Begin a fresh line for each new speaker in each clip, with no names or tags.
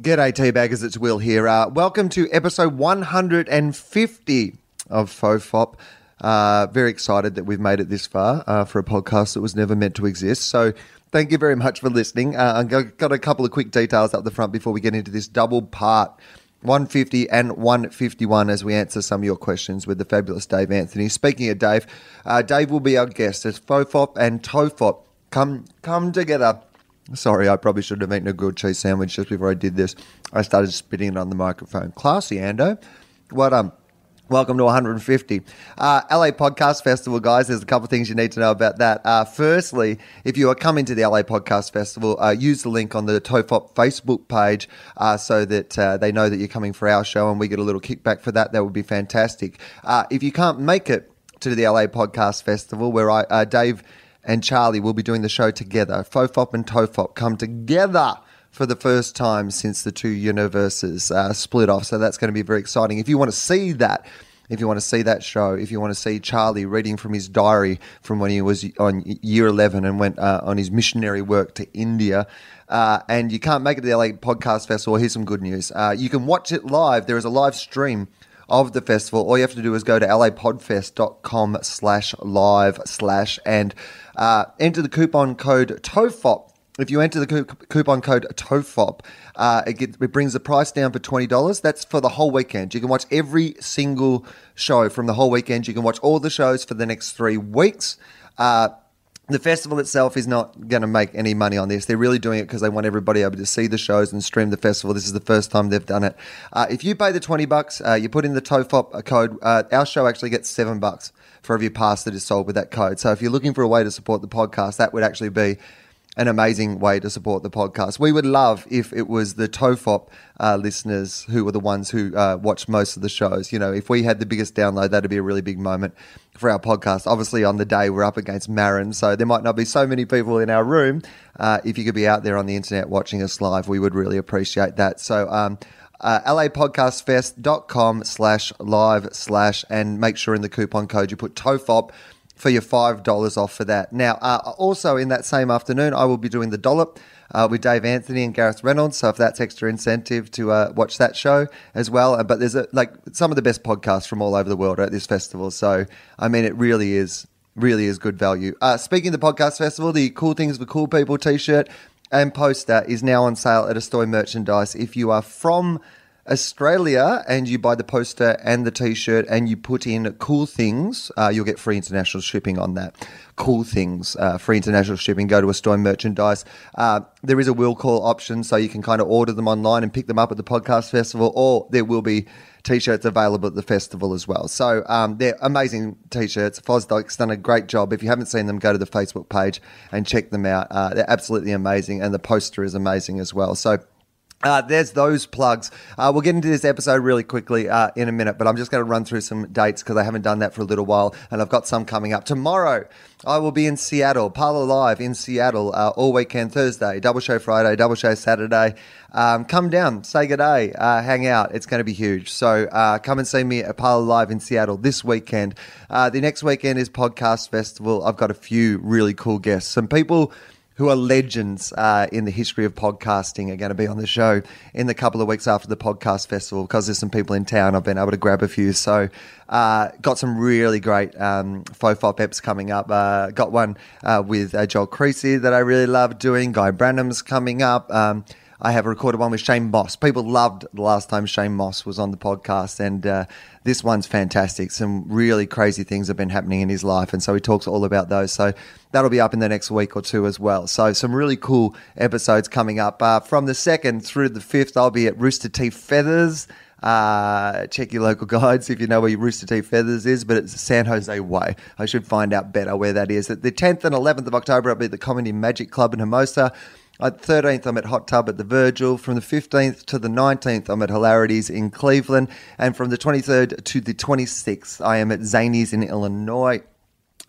G'day, teabaggers. It's Will here. Uh, welcome to episode 150 of FOFOP. Uh, very excited that we've made it this far uh, for a podcast that was never meant to exist. So, thank you very much for listening. Uh, I've got- got a couple of quick details up the front before we get into this double part 150 and 151 as we answer some of your questions with the fabulous Dave Anthony. Speaking of Dave, uh, Dave will be our guest as FOFOP and TOFOP come come together. Sorry, I probably should have eaten a grilled cheese sandwich just before I did this. I started spitting it on the microphone. Classy, Ando. Well done. Welcome to 150. Uh, LA Podcast Festival, guys. There's a couple of things you need to know about that. Uh, firstly, if you are coming to the LA Podcast Festival, uh, use the link on the TOFOP Facebook page uh, so that uh, they know that you're coming for our show and we get a little kickback for that. That would be fantastic. Uh, if you can't make it to the LA Podcast Festival, where I, uh, Dave and Charlie will be doing the show together. Fofop and Tofop come together for the first time since the two universes uh, split off. So that's going to be very exciting. If you want to see that, if you want to see that show, if you want to see Charlie reading from his diary from when he was on year 11 and went uh, on his missionary work to India, uh, and you can't make it to the LA Podcast Festival, here's some good news. Uh, you can watch it live. There is a live stream of the festival, all you have to do is go to lapodfest.com slash live slash and uh, enter the coupon code TOFOP. If you enter the coup- coupon code TOFOP, uh, it, gets, it brings the price down for $20. That's for the whole weekend. You can watch every single show from the whole weekend. You can watch all the shows for the next three weeks. Uh, the festival itself is not going to make any money on this. They're really doing it because they want everybody able to see the shows and stream the festival. This is the first time they've done it. Uh, if you pay the twenty bucks, uh, you put in the TOFOP code. Uh, our show actually gets seven bucks for every pass that is sold with that code. So if you're looking for a way to support the podcast, that would actually be an amazing way to support the podcast. We would love if it was the TOFOP uh, listeners who were the ones who uh, watch most of the shows. You know, if we had the biggest download, that'd be a really big moment for our podcast. Obviously, on the day we're up against Marin, so there might not be so many people in our room. Uh, if you could be out there on the internet watching us live, we would really appreciate that. So, um, uh, lapodcastfest.com slash live slash and make sure in the coupon code you put TOFOP for your five dollars off for that. Now, uh, also in that same afternoon, I will be doing the dollop uh, with Dave Anthony and Gareth Reynolds. So if that's extra incentive to uh, watch that show as well. Uh, But there's a, like some of the best podcasts from all over the world are at this festival. So I mean, it really is really is good value. Uh, speaking of the podcast festival, the cool things for cool people T-shirt and poster is now on sale at Astoy Merchandise. If you are from Australia and you buy the poster and the t-shirt and you put in cool things, uh, you'll get free international shipping on that. Cool things, uh, free international shipping. Go to a store merchandise. Uh, there is a will call option, so you can kind of order them online and pick them up at the podcast festival, or there will be t-shirts available at the festival as well. So um, they're amazing t-shirts. Fosdike's done a great job. If you haven't seen them, go to the Facebook page and check them out. Uh, they're absolutely amazing, and the poster is amazing as well. So. Uh, there's those plugs. Uh, we'll get into this episode really quickly uh, in a minute, but I'm just going to run through some dates because I haven't done that for a little while, and I've got some coming up. Tomorrow, I will be in Seattle, Parlor Live in Seattle uh, all weekend Thursday, double show Friday, double show Saturday. Um, come down, say good day, uh, hang out. It's going to be huge. So uh, come and see me at Parlor Live in Seattle this weekend. Uh, the next weekend is Podcast Festival. I've got a few really cool guests, some people who are legends uh, in the history of podcasting are going to be on the show in the couple of weeks after the podcast festival because there's some people in town. I've been able to grab a few. So, uh, got some really great um, FOFOP eps coming up. Uh, got one uh, with uh, Joel Creasy that I really love doing. Guy Branham's coming up. Um, I have recorded one with Shane Moss. People loved the last time Shane Moss was on the podcast, and uh, this one's fantastic. Some really crazy things have been happening in his life, and so he talks all about those. So that'll be up in the next week or two as well. So some really cool episodes coming up uh, from the second through the fifth. I'll be at Rooster Teeth Feathers. Uh, check your local guides if you know where your Rooster Teeth Feathers is, but it's San Jose Way. I should find out better where that is. At the 10th and 11th of October, I'll be at the Comedy Magic Club in Hermosa. At 13th, I'm at Hot Tub at the Virgil. From the 15th to the 19th, I'm at Hilarities in Cleveland. And from the 23rd to the 26th, I am at Zanies in Illinois.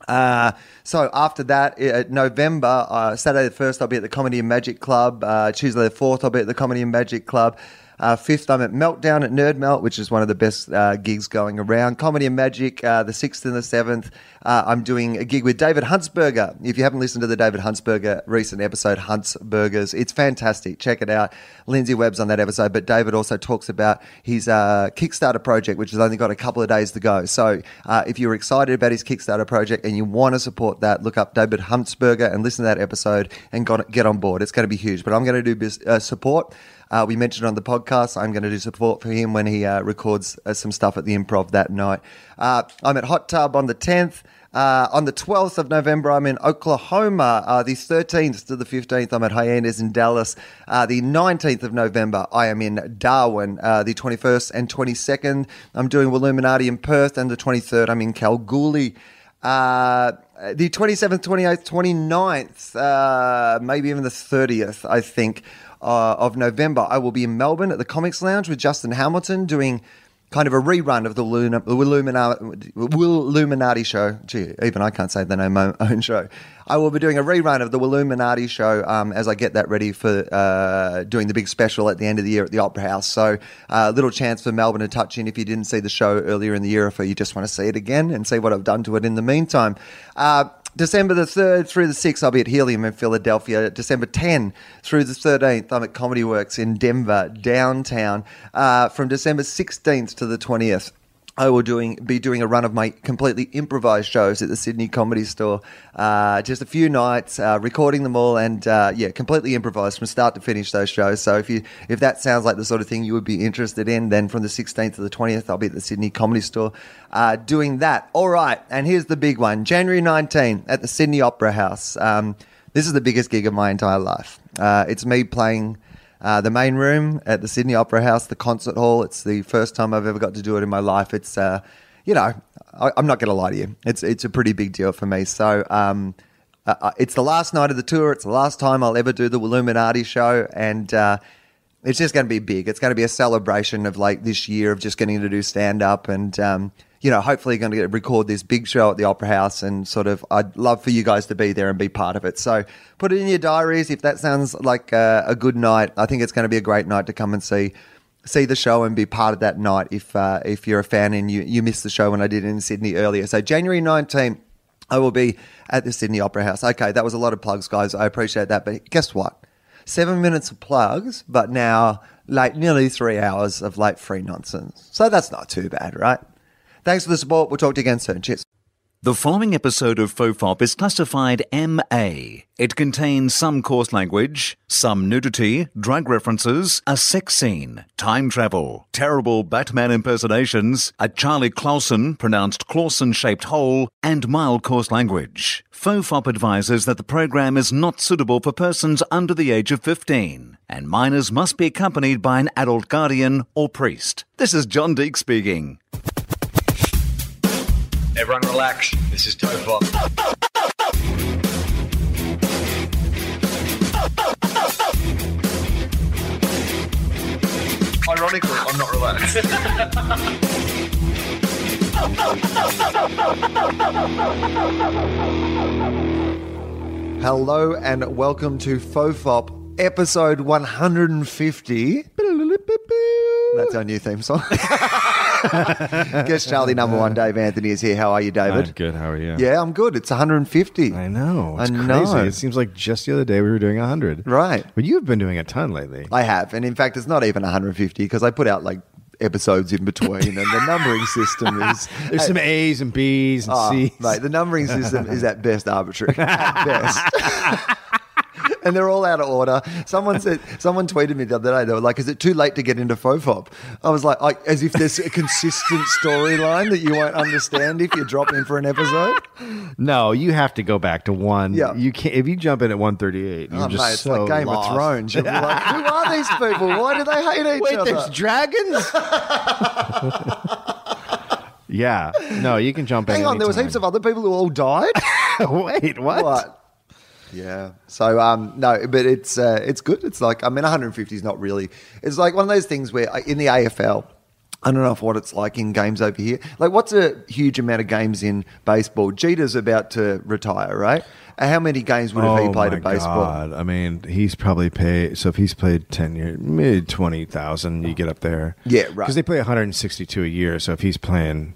Uh, so after that, i- at November, uh, Saturday the 1st, I'll be at the Comedy and Magic Club. Uh, Tuesday the 4th, I'll be at the Comedy and Magic Club. Uh, fifth, I'm at Meltdown at Nerd Melt, which is one of the best uh, gigs going around. Comedy and Magic, uh, the sixth and the seventh. Uh, I'm doing a gig with David Huntsberger. If you haven't listened to the David Huntsberger recent episode, Huntsbergers, it's fantastic. Check it out. Lindsay Webb's on that episode, but David also talks about his uh, Kickstarter project, which has only got a couple of days to go. So uh, if you're excited about his Kickstarter project and you want to support that, look up David Huntsberger and listen to that episode and got, get on board. It's going to be huge. But I'm going to do bus uh, support. Uh, we mentioned on the podcast, I'm going to do support for him when he uh, records uh, some stuff at the improv that night. Uh, I'm at Hot Tub on the 10th. Uh, on the 12th of November, I'm in Oklahoma. Uh, the 13th to the 15th, I'm at Hyenas in Dallas. Uh, the 19th of November, I am in Darwin. Uh, the 21st and 22nd, I'm doing Willuminati in Perth. And the 23rd, I'm in Kalgoorlie. Uh, the 27th, 28th, 29th, uh, maybe even the 30th, I think, uh, of November, I will be in Melbourne at the Comics Lounge with Justin Hamilton doing kind of a rerun of the Luna, Illuminati, Illuminati show. Gee, even I can't say the name of my own show. I will be doing a rerun of the Illuminati show um, as I get that ready for uh, doing the big special at the end of the year at the Opera House. So, a little chance for Melbourne to touch in if you didn't see the show earlier in the year, if you just want to see it again and see what I've done to it in the meantime. Uh, December the 3rd through the 6th, I'll be at Helium in Philadelphia. December 10 through the 13th, I'm at Comedy Works in Denver, downtown. Uh, from December 16th to the 20th, I will doing be doing a run of my completely improvised shows at the Sydney Comedy Store. Uh, just a few nights, uh, recording them all, and uh, yeah, completely improvised from start to finish those shows. So if you if that sounds like the sort of thing you would be interested in, then from the 16th to the 20th, I'll be at the Sydney Comedy Store uh, doing that. All right, and here's the big one: January 19 at the Sydney Opera House. Um, this is the biggest gig of my entire life. Uh, it's me playing uh, the main room at the Sydney Opera House, the concert hall. It's the first time I've ever got to do it in my life. It's, uh, you know, I, I'm not going to lie to you. It's it's a pretty big deal for me. So. Um, uh, uh, it's the last night of the tour. It's the last time I'll ever do the Illuminati show, and uh, it's just going to be big. It's going to be a celebration of like this year of just getting to do stand up and, um, you know, hopefully going to get, record this big show at the Opera House and sort of, I'd love for you guys to be there and be part of it. So put it in your diaries if that sounds like uh, a, a good night. I think it's going to be a great night to come and see. See the show and be part of that night if uh, if you're a fan and you, you missed the show when I did it in Sydney earlier. So January 19th, I will be at the Sydney Opera House. Okay, that was a lot of plugs, guys. I appreciate that. But guess what? seven minutes of plugs, but now like nearly three hours of like free nonsense. So that's not too bad, right? Thanks for the support. We'll talk to you again soon. Cheers.
The following episode of FOFOP is classified MA. It contains some coarse language, some nudity, drug references, a sex scene, time travel, terrible Batman impersonations, a Charlie Clausen, pronounced Clausen shaped hole, and mild coarse language. FOFOP advises that the program is not suitable for persons under the age of 15, and minors must be accompanied by an adult guardian or priest. This is John Deek speaking.
Everyone relax. This is Topop. Ironically, I'm not relaxed.
Hello and welcome to FOFOP episode 150. That's our new theme song. Guess Charlie number one, Dave Anthony is here. How are you, David?
I'm good. How are you?
Yeah, I'm good. It's 150.
I know. It's
I know.
crazy. It seems like just the other day we were doing 100.
Right.
But you've been doing a ton lately.
I have. And in fact, it's not even 150 because I put out like episodes in between and the numbering system is.
There's some A's and B's and
Oh,
C's.
mate, the numbering system is at best arbitrary. At best. And they're all out of order. Someone said, someone tweeted me the other day. They were like, "Is it too late to get into fofop?" I was like, I, "As if there's a consistent storyline that you won't understand if you drop in for an episode."
No, you have to go back to one.
Yeah.
You can't if you jump in at 138. You're
Oh,
just
mate, it's
so
like Game
lost.
of Thrones. You'll be like, "Who are these people? Why do they hate each
Wait,
other?"
there's dragons. yeah. No, you can jump in.
Hang on, there was heaps of other people who all died.
Wait, what?
What? Yeah. So um no, but it's uh, it's good. It's like I mean 150 is not really. It's like one of those things where I- in the AFL I don't know if what it's like in games over here. Like, what's a huge amount of games in baseball? Jeter's about to retire, right? Uh, How many games would have he played
Oh my
in baseball?
God. I mean, he's probably paid. So if he's played ten years, maybe twenty thousand, you get up there.
Yeah, right.
Because they play one hundred and sixty-two a year. So if he's playing,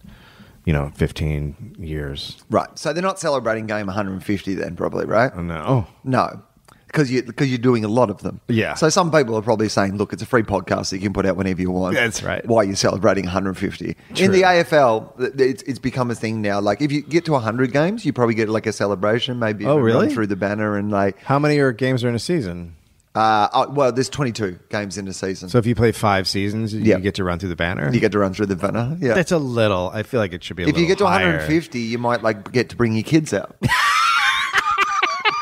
you know, fifteen years,
Right. So they're not celebrating game 150 then, probably, right?
I know. Oh,
No. Because you, because you're doing a lot of them.
Yeah.
So some people are probably saying, look, it's a free podcast that you can put out whenever you want.
That's right.
Why you're celebrating 150. In
True.
the AFL, th- th- it's, it's become a thing now. Like, if you get to 100 games, you probably get like a celebration, maybe
Oh,
even run
really?
through the banner and like,
How many are games are in a season?
uh, oh, well, there's 22 games in a season.
So if you play five seasons,
Yeah.
you get to run through the banner.
you get to run through the banner. Yeah.
That's a little. I feel like it should be. A
if you
little
get to
higher.
150, you might like get to bring your kids out.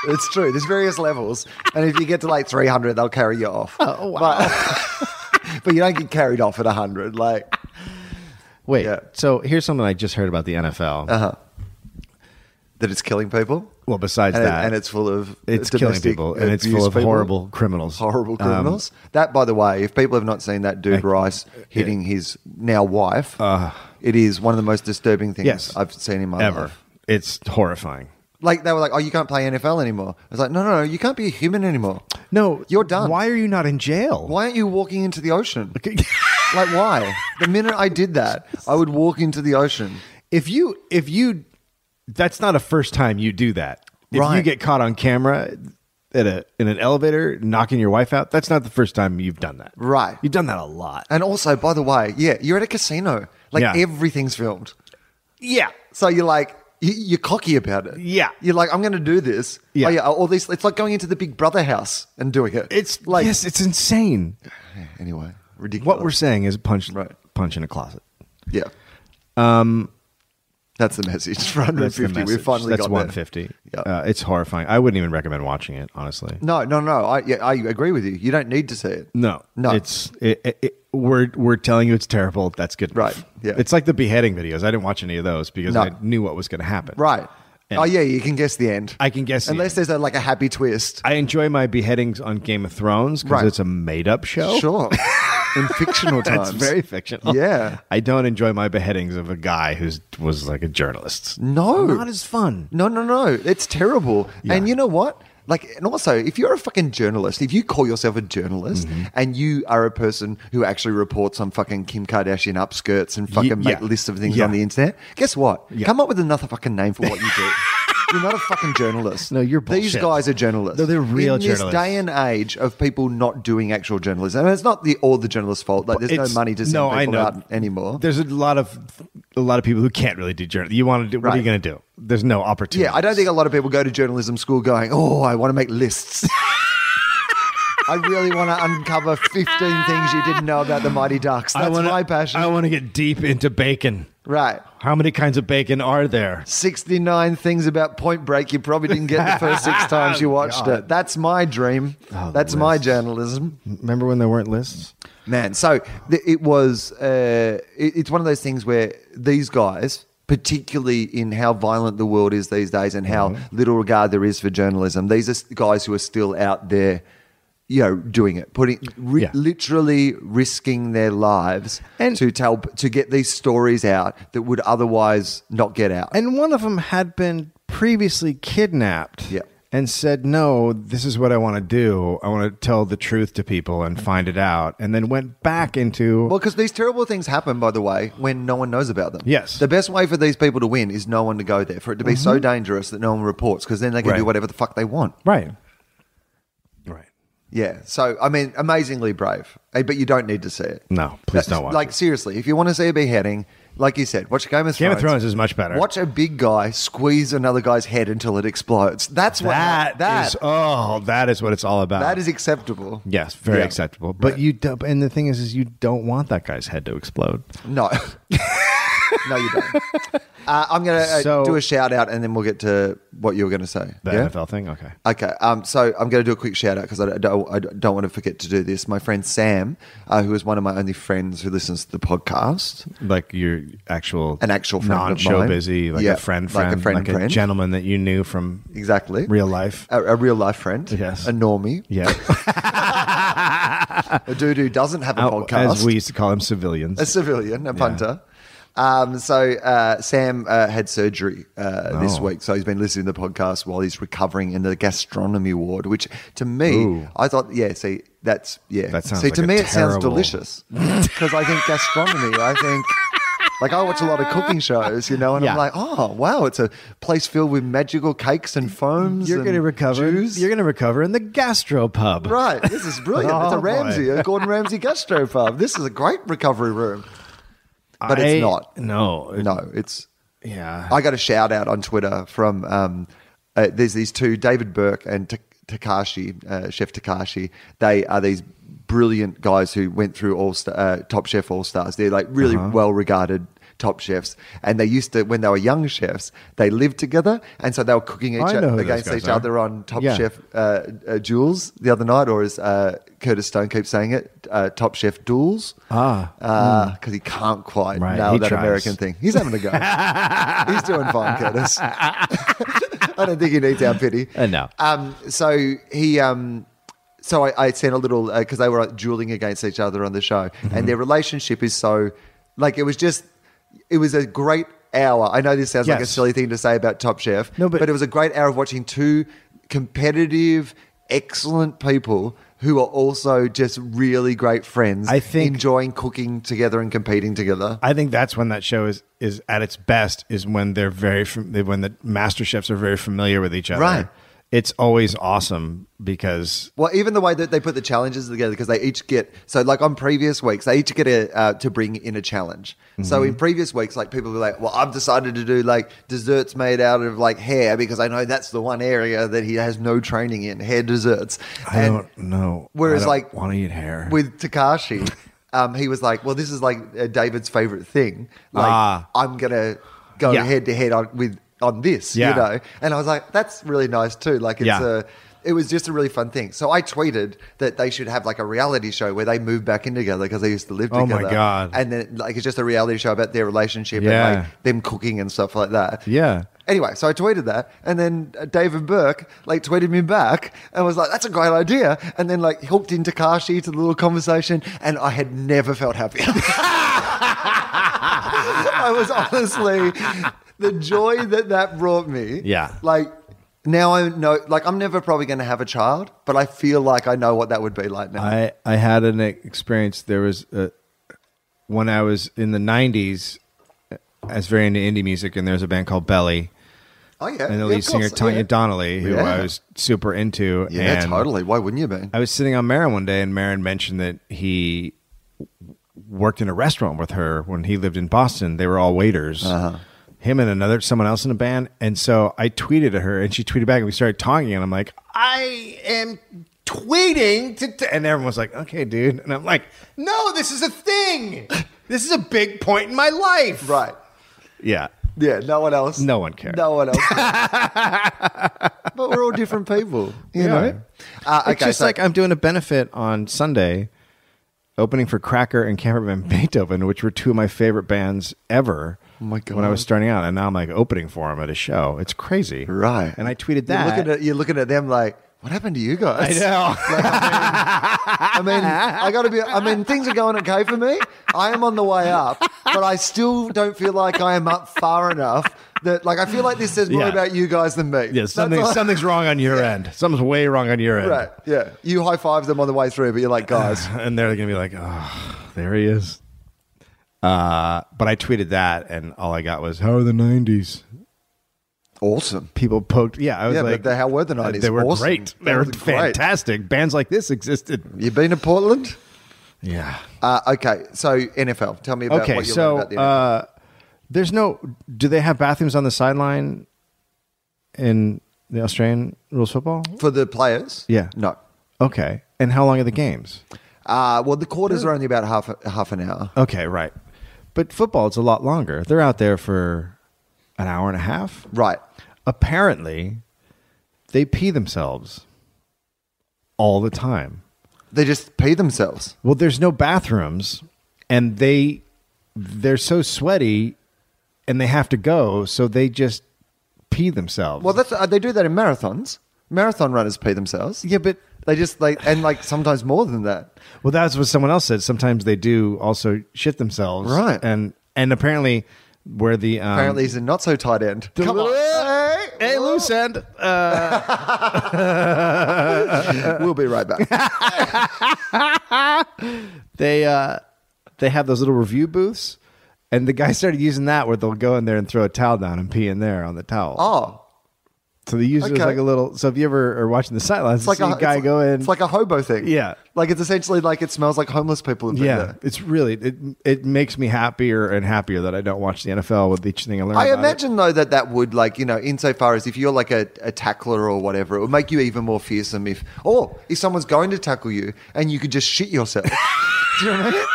it's true. There's various levels, and if you get to like 300, they'll carry you off. Oh wow! But, but you don't get carried off at 100. Like
Wait.
Yeah. Uh,
So here's something I just heard about the NFL.
uh-huh. that, it's killing people.
Well, besides
and, it-
that,
and it's full of
it's killing
domestic
people, and it's full
abuse
of
people.
horrible criminals.
Horrible
Um,
criminals. that, by the way, if people have not seen that dude
I-
Rice hitting his now wife, it is one of the most disturbing things
Uh. Yes.
I've seen in my
Um, ever.
life.
It's horrifying.
Like they were like, "Oh, you can't play NFL anymore." I was like, "No, no, no, you can't be a human anymore.
No,
You're done.
Why are you not in jail?
Why aren't you walking into the ocean? like, why? The minute I did that, I would walk into the ocean.
if you if you that's not a first time you do that. If
Right.
you get caught on camera at a in an elevator knocking your wife out, that's not the first time you've done that.
Right.
You've done that a lot.
And also, by the way, yeah, you're at a casino. Like
Yeah.
everything's filmed,
yeah.
so you're like, you- you're cocky about it.
Yeah.
you're like, I'm going to do this.
Yeah.
oh, yeah. All these. It's like going into the Big Brother house and doing it.
It's
like
like Yes, it's insane.
anyway, ridiculous.
What we're saying is punch
Right.
punch in a closet.
yeah. Um, that's the message for
Um, That's
150.
the
We've
message.
finally
That's
got there.
150.
Yeah.
Uh, it's horrifying. I wouldn't even recommend watching it, honestly.
No, no, no. I yeah, I agree with you. You don't need to see it.
No,
no.
It's it, it, it- we're we're telling you it's terrible. That's good, enough.
Right, yeah.
It's like the beheading videos. I didn't watch any of those because
No.
I knew what was going to happen.
right.
Yeah.
Oh yeah, you can guess the end.
I can guess the
unless
end.
there's a, like a happy twist.
I enjoy my beheadings on Game of Thrones because
Right.
it's a made-up show.
Sure, in fictional times.
That's very fictional.
Yeah.
I don't enjoy my beheadings of a guy who was like a journalist.
No.
Not as fun.
no, no, no. It's terrible.
Yeah.
And you know what? Like, and also, if you're a fucking journalist, if you call yourself a journalist
Mm-hmm.
and you are a person who actually reports on fucking Kim Kardashian upskirts and fucking make
yeah.
lists of things
Yeah.
on the internet, guess what?
Yeah.
Come up with another fucking name for what you do. You're not a fucking journalist.
No, you're
These
bullshit.
guys are journalists.
No, they're real
In
journalists.
this day and age of people not doing actual journalism, and it's not the all the journalists' fault. Like, there's
It's-
no money to send
no, I
people
know.
out anymore.
There's a lot of a lot of people who can't really do journalism. You want to do? What are you
Right.
going to do? There's no opportunity.
Yeah, I don't think a lot of people go to journalism school going, oh, I want to make lists. I really want to uncover 15 things you didn't know about the Mighty Ducks. That's
wanna-
my passion.
I want to get deep into bacon.
right.
How many kinds of bacon are there?
69 things about Point Break you probably didn't get the first six times you watched it. That's my dream.
Oh,
That's my
lists.
journalism.
Remember when there weren't lists?
Man, so th- it was, uh, it- it's one of those things where these guys, particularly in how violent the world is these days and how
Mm-hmm.
little regard there is for journalism, these are s- guys who are still out there, you know, doing it, putting, ri-
Yeah.
literally risking their lives
And-
to tell, to get these stories out that would otherwise not get out.
And one of them had been previously kidnapped.
Yeah.
And said, "No, this is what I want to do. I want to tell the truth to people and find it out." And then went back into
Well, because these terrible things happen, by the way, when no one knows about them.
Yes. Mm-hmm.
The best way for these people to win is no one to go there, for it to be so dangerous that no one reports, because then they can do
Right.
whatever the fuck they want.
right, right.
Yeah. So, I mean, amazingly brave, Eh, but you don't need to see it.
No,
That's-
please don't watch.
Like,
it.
seriously, if you want to see a beheading, like you said, watch Game of Thrones.
Game of Thrones is much better.
Watch a big guy squeeze another guy's head until it explodes. That's what
that.
that
is- oh, that is what it's all about.
that is acceptable.
yes, very
Yeah.
acceptable. But you don't. And the thing is, is you don't want that guy's head to explode.
No. no, you don't. Uh, I'm going to uh,
So-
do a shout out and then we'll get to what you were going to say.
The
Yeah?
NFL thing. Okay.
Okay, um, so I'm going to do a quick shout out because I don't, I don't want to forget to do this. My friend Sam, uh, who is one of my only friends who listens to the podcast,
like your actual
An actual friend of
non show
mine.
busy like
Yeah,
a friend
like a
friend like a,
friend friend.
gentleman that you knew from
exactly, Uh,
real life
a, a real life friend,
Yes.
a normie,
yeah
a dude who doesn't have a
Out-
podcast.
as we used to call them, civilians.
a civilian, a punter. Um, so uh, Sam uh, had surgery uh, this
Oh.
week, so he's been listening to the podcast while he's recovering in the gastronomy ward. Which to me,
Ooh.
I thought, yeah, see, that's yeah.
That sounds
see,
like
to
a
me, it sounds
terrible-
delicious because I think gastronomy. I think. Like I watch a lot of cooking shows, you know, and
Yeah.
I'm like, oh wow, it's a place filled with magical cakes and foams.
You're
and
going to recover.
Juice.
You're going to recover in the gastropub.
Right. This is brilliant. it's a
Oh, boy.
Ramsey, a Gordon Ramsay gastro pub. This is a great recovery room. But
I-
it's not.
No. it-
No, it's.
Yeah.
I got a shout out on Twitter from um, uh, there's these two, David Burke and Ta- Takashi, uh, Chef Takashi. They are these brilliant guys who went through all sta uh, Top Chef All Stars. They're like really
Uh-huh.
well regarded top chefs and they used to when they were young chefs they lived together and so they were cooking each
I know who
other
those
against
guys
each
are.
other on top
Yeah.
chef uh, uh, duels the other night or as uh, curtis stone keeps saying it uh, top chef duels
Ah,
because he can't quite
Right,
nail
he
that
tries.
american thing he's having a go He's doing fine, Curtis. I don't think he needs our pity.
Uh, no.
Um, so he, um, so I, I sent a little because they were like, dueling against each other on the show,
Mm-hmm.
and their relationship is so like it was just, it was a great hour. I know this sounds like a
Yes.
silly thing to say about Top Chef,
No, but-
it was a great hour of watching two competitive, excellent people. Who are also just really great friends.
I think-
enjoying cooking together and competing together.
I think that's when that show is is at its best is when they're very fam- when the master chefs are very familiar with each other.
Right.
It's always awesome because
Well, even the way that they put the challenges together, because they each get so like on previous weeks, they each get a uh, to bring in a challenge. So
Mm-hmm.
in previous weeks, like people were like, "Well, I've decided to do like desserts made out of like hair because I know that's the one area that he has no training in hair desserts."
I don't know.
Whereas, like,
want to eat hair
with Takashi, um, he was like, "Well, this is like uh, David's favorite thing. Like,
Ah.
I'm gonna go
Yeah.
head to head on with on this,
Yeah.
you know." And I was like, "That's really nice too. Like, it's
Yeah.
a." It was just a really fun thing. So I tweeted that they should have like a reality show where they move back in together because they used to live
Oh my
together.
God.
And then like it's just a reality show about their relationship
Yeah.
and like them cooking and stuff like that.
Yeah.
Anyway, so I tweeted that, and then uh, David Burke like tweeted me back and was like, "That's a great idea," and then like hooked in Takashi to the little conversation, and I had never felt happier. I was honestly the joy that that brought me.
Yeah.
like. Now I know, like, I'm never probably going to have a child, but I feel like I know what that would be like now.
I I had an experience. There was a, when I was in the '90s, I was very into indie music, and there was a band called Belly,
oh, yeah.
and the
yeah,
lead
of
singer
course,
Tanya
yeah.
Donnelly, who I
Yeah.
was super into.
Yeah,
and
totally. Why wouldn't you be?
I was sitting on Marin one day, and Marin mentioned that he worked in a restaurant with her when he lived in Boston. They were all waiters. Him and another someone else in a band, and so I tweeted at her, and she tweeted back, and we started talking, and I'm like, I am tweeting to, t-" and everyone was like, okay, dude, and I'm like, no, this is a thing. This is a big point in my life.
Right.
Yeah.
Yeah, no one else.
No one cared.
No one else. cared. but we're all different people, you
Yeah.
know. Uh,
it's just like I'm doing a benefit on Sunday, opening for Cracker and Camperman Beethoven, which were two of my favorite bands ever.
Oh my
When I
God.
was starting out, and now I'm like opening for them at a show. It's crazy,
right.
And I tweeted
You're
that.
looking at you're looking at them like, what happened to you guys?
know.
I mean, I got to be. I mean, things are going okay for me. I am on the way up, but I still don't feel like I am up far enough. That like I feel like this says more
Yeah.
about you guys than me.
yeah,
That's
something,
all-
something's wrong on your end. Something's way wrong on your end.
Right. Yeah. You high five them on the way through, but you're like, guys,
And they're gonna be like, "Oh, there he is." Uh, but I tweeted that, and all I got was, "How are the '90s?"
awesome.
people poked. Yeah, I was
Yeah, but
like,
the- how were the
uh,
90s?
They were
Awesome.
great. They
That
were
was great.
fantastic. Bands like this existed.
You been to Portland?
Yeah.
Uh, okay. So NFL. Tell me about
okay,
what you
so
learned about the NFL.
uh, there's no. Do they have bathrooms on the sideline in the Australian rules football?
For the players?
Yeah.
No.
Okay, and how long are the games?
Uh, well, the quarters are only about half half an hour.
Okay, right. But football, it's a lot longer. They're out there for an hour and a half.
Right.
Apparently, they pee themselves all the time.
They just pee themselves.
Well, there's no bathrooms, and they they're so sweaty, and they have to go, so they just pee themselves.
Well, that's uh, they do that in marathons. Marathon runners pee themselves.
yeah, but
They just like and like sometimes more than that.
Well, that's what someone else said. Sometimes they do also shit themselves,
Right.
And and apparently, where the um,
Apparently, he's a not so tight end.
the
Come
little-
on,
hey loose end. Uh,
Uh, we'll be right back.
they uh, they have those little review booths, and the guy started using that where they'll go in there and throw a towel down and pee in there on the towel.
Oh,
so they use it as
okay.
like a little. So if you ever are watching the sidelines,
it's like
see
a
a guy
it's,
go in.
It's like a hobo thing.
Yeah.
like it's essentially like it smells like homeless people. Have been
yeah,
there.
it's really it. It makes me happier and happier that I don't watch the NFL with each thing I learn.
I
about it.
imagine though that that would like you know insofar as if you're like a, a tackler or whatever, it would make you even more fearsome if or if someone's going to tackle you and you could just shit yourself. Do you know what I mean?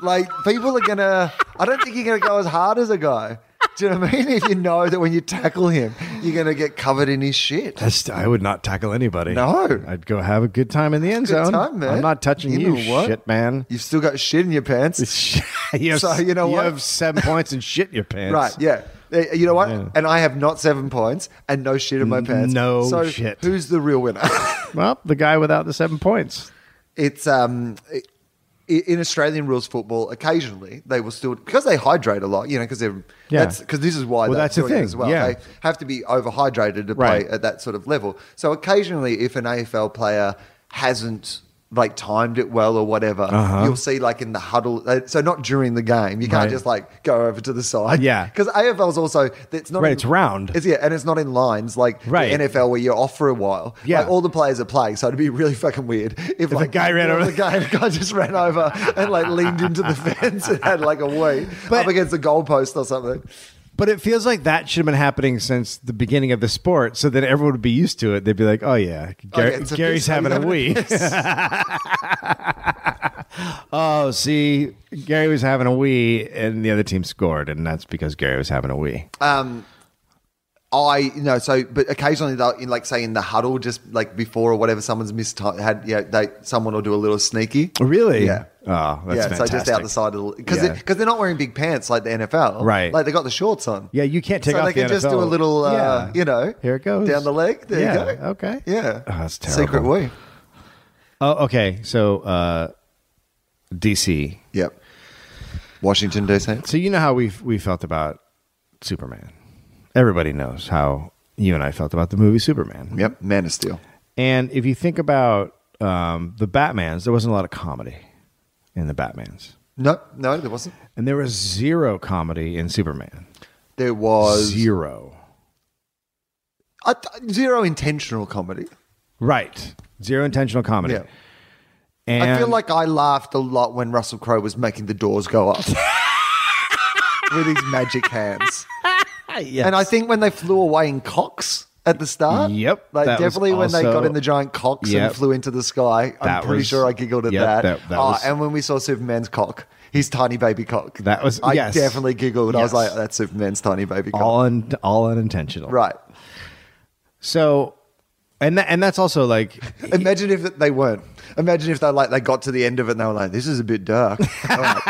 Like people are gonna. I don't think you're gonna go as hard as a guy. Do you know what I mean? If you know that when you tackle him, you're gonna get covered in his shit.
That's, I would not tackle anybody.
No.
I'd go have a good time in the end
Good
zone.
time, man.
I'm not touching
You
you,
know what?
shit man.
You've still got shit in your pants.
you have,
So, you know what?
have seven points and shit in your pants.
Right, yeah. Uh, You know what?
Yeah.
And I have not seven points and no shit in my
N-
pants.
no
so
shit.
Who's the real winner?
Well, the guy without the seven points.
it's um i in Australian rules football, occasionally they will still because they hydrate a lot, you know, because they're
Yeah.
that's because this is why
Well,
they're
that's the
doing it
thing,
as well.
yeah.
They have to be overhydrated to
Right.
play at that sort of level. So occasionally, if an AFL player hasn't like timed it well or whatever, you'll see like in the huddle. uh, So not during the game, you can't
Uh-huh. Right.
just like go over to the side,
Yeah.
because AFL's also it's not
Right,
in-
it's round.
it's yeah, and it's not in lines like
Right.
the NFL where you're off for a while.
Yeah.
like, all the players are playing, so it'd be really fucking weird if
If a guy ran over-
the guy, the guy just ran over and like leaned into the fence and had like a wee
But-
up against the goalpost or something.
But it feels like that should have been happening since the beginning of the sport, so that everyone would be used to it. They'd be like, "Oh yeah, Gar-
Okay, it's a
Gary's
piss.
having a wee." oh, see, Gary was having a wee, and the other team scored, and that's because Gary was having a wee.
I you know so, but occasionally they'll in like say in the huddle just like before or whatever someone's missed had yeah they someone will do a little sneaky.
really?
Yeah.
Oh, that's
yeah, so
fantastic.
just out the side of the because
Yeah.
because they, are not wearing big pants like the NFL,
Right.
Like they got the shorts on.
Yeah, you can't take
so
off
they
the
can just do a
NFL.
little, uh,
Yeah.
you know,
Here it goes.
down the leg. There
Yeah,
you go.
okay.
yeah,
Oh, that's
Secret
terrible.
way.
Oh, okay. So, uh, DC.
Yep. Washington DC.
So you know how we we felt about Superman. Everybody knows how you and I felt about the movie Superman.
Yep, Man of Steel.
And if you think about um, the Batman's, there wasn't a lot of comedy in the Batman's,
No, no, there wasn't.
and there was zero comedy in Superman.
There was
Zero.
I th- zero intentional comedy.
Right. Zero intentional comedy.
Yeah.
And
I feel like I laughed a lot when Russell Crowe was making the doors go up with his magic hands. And I think when they flew away in cocks at the start.
Yep,
Like
that was
definitely when they got
also-
in the giant cocks
Yep.
and flew into the sky. I'm
That
pretty
was-
sure I giggled at
yep,
that.
that- that
Ah,
was-
and when we saw Superman's cock, his tiny baby cock.
That was-
I
yes.
definitely giggled. I was
Yes.
like, that's Superman's tiny baby cock.
all un- all unintentional.
right.
So, and tha- and that's also like
Imagine if they weren't. Imagine if they like they got to the end of it and they were like, "This is a bit dark." All right.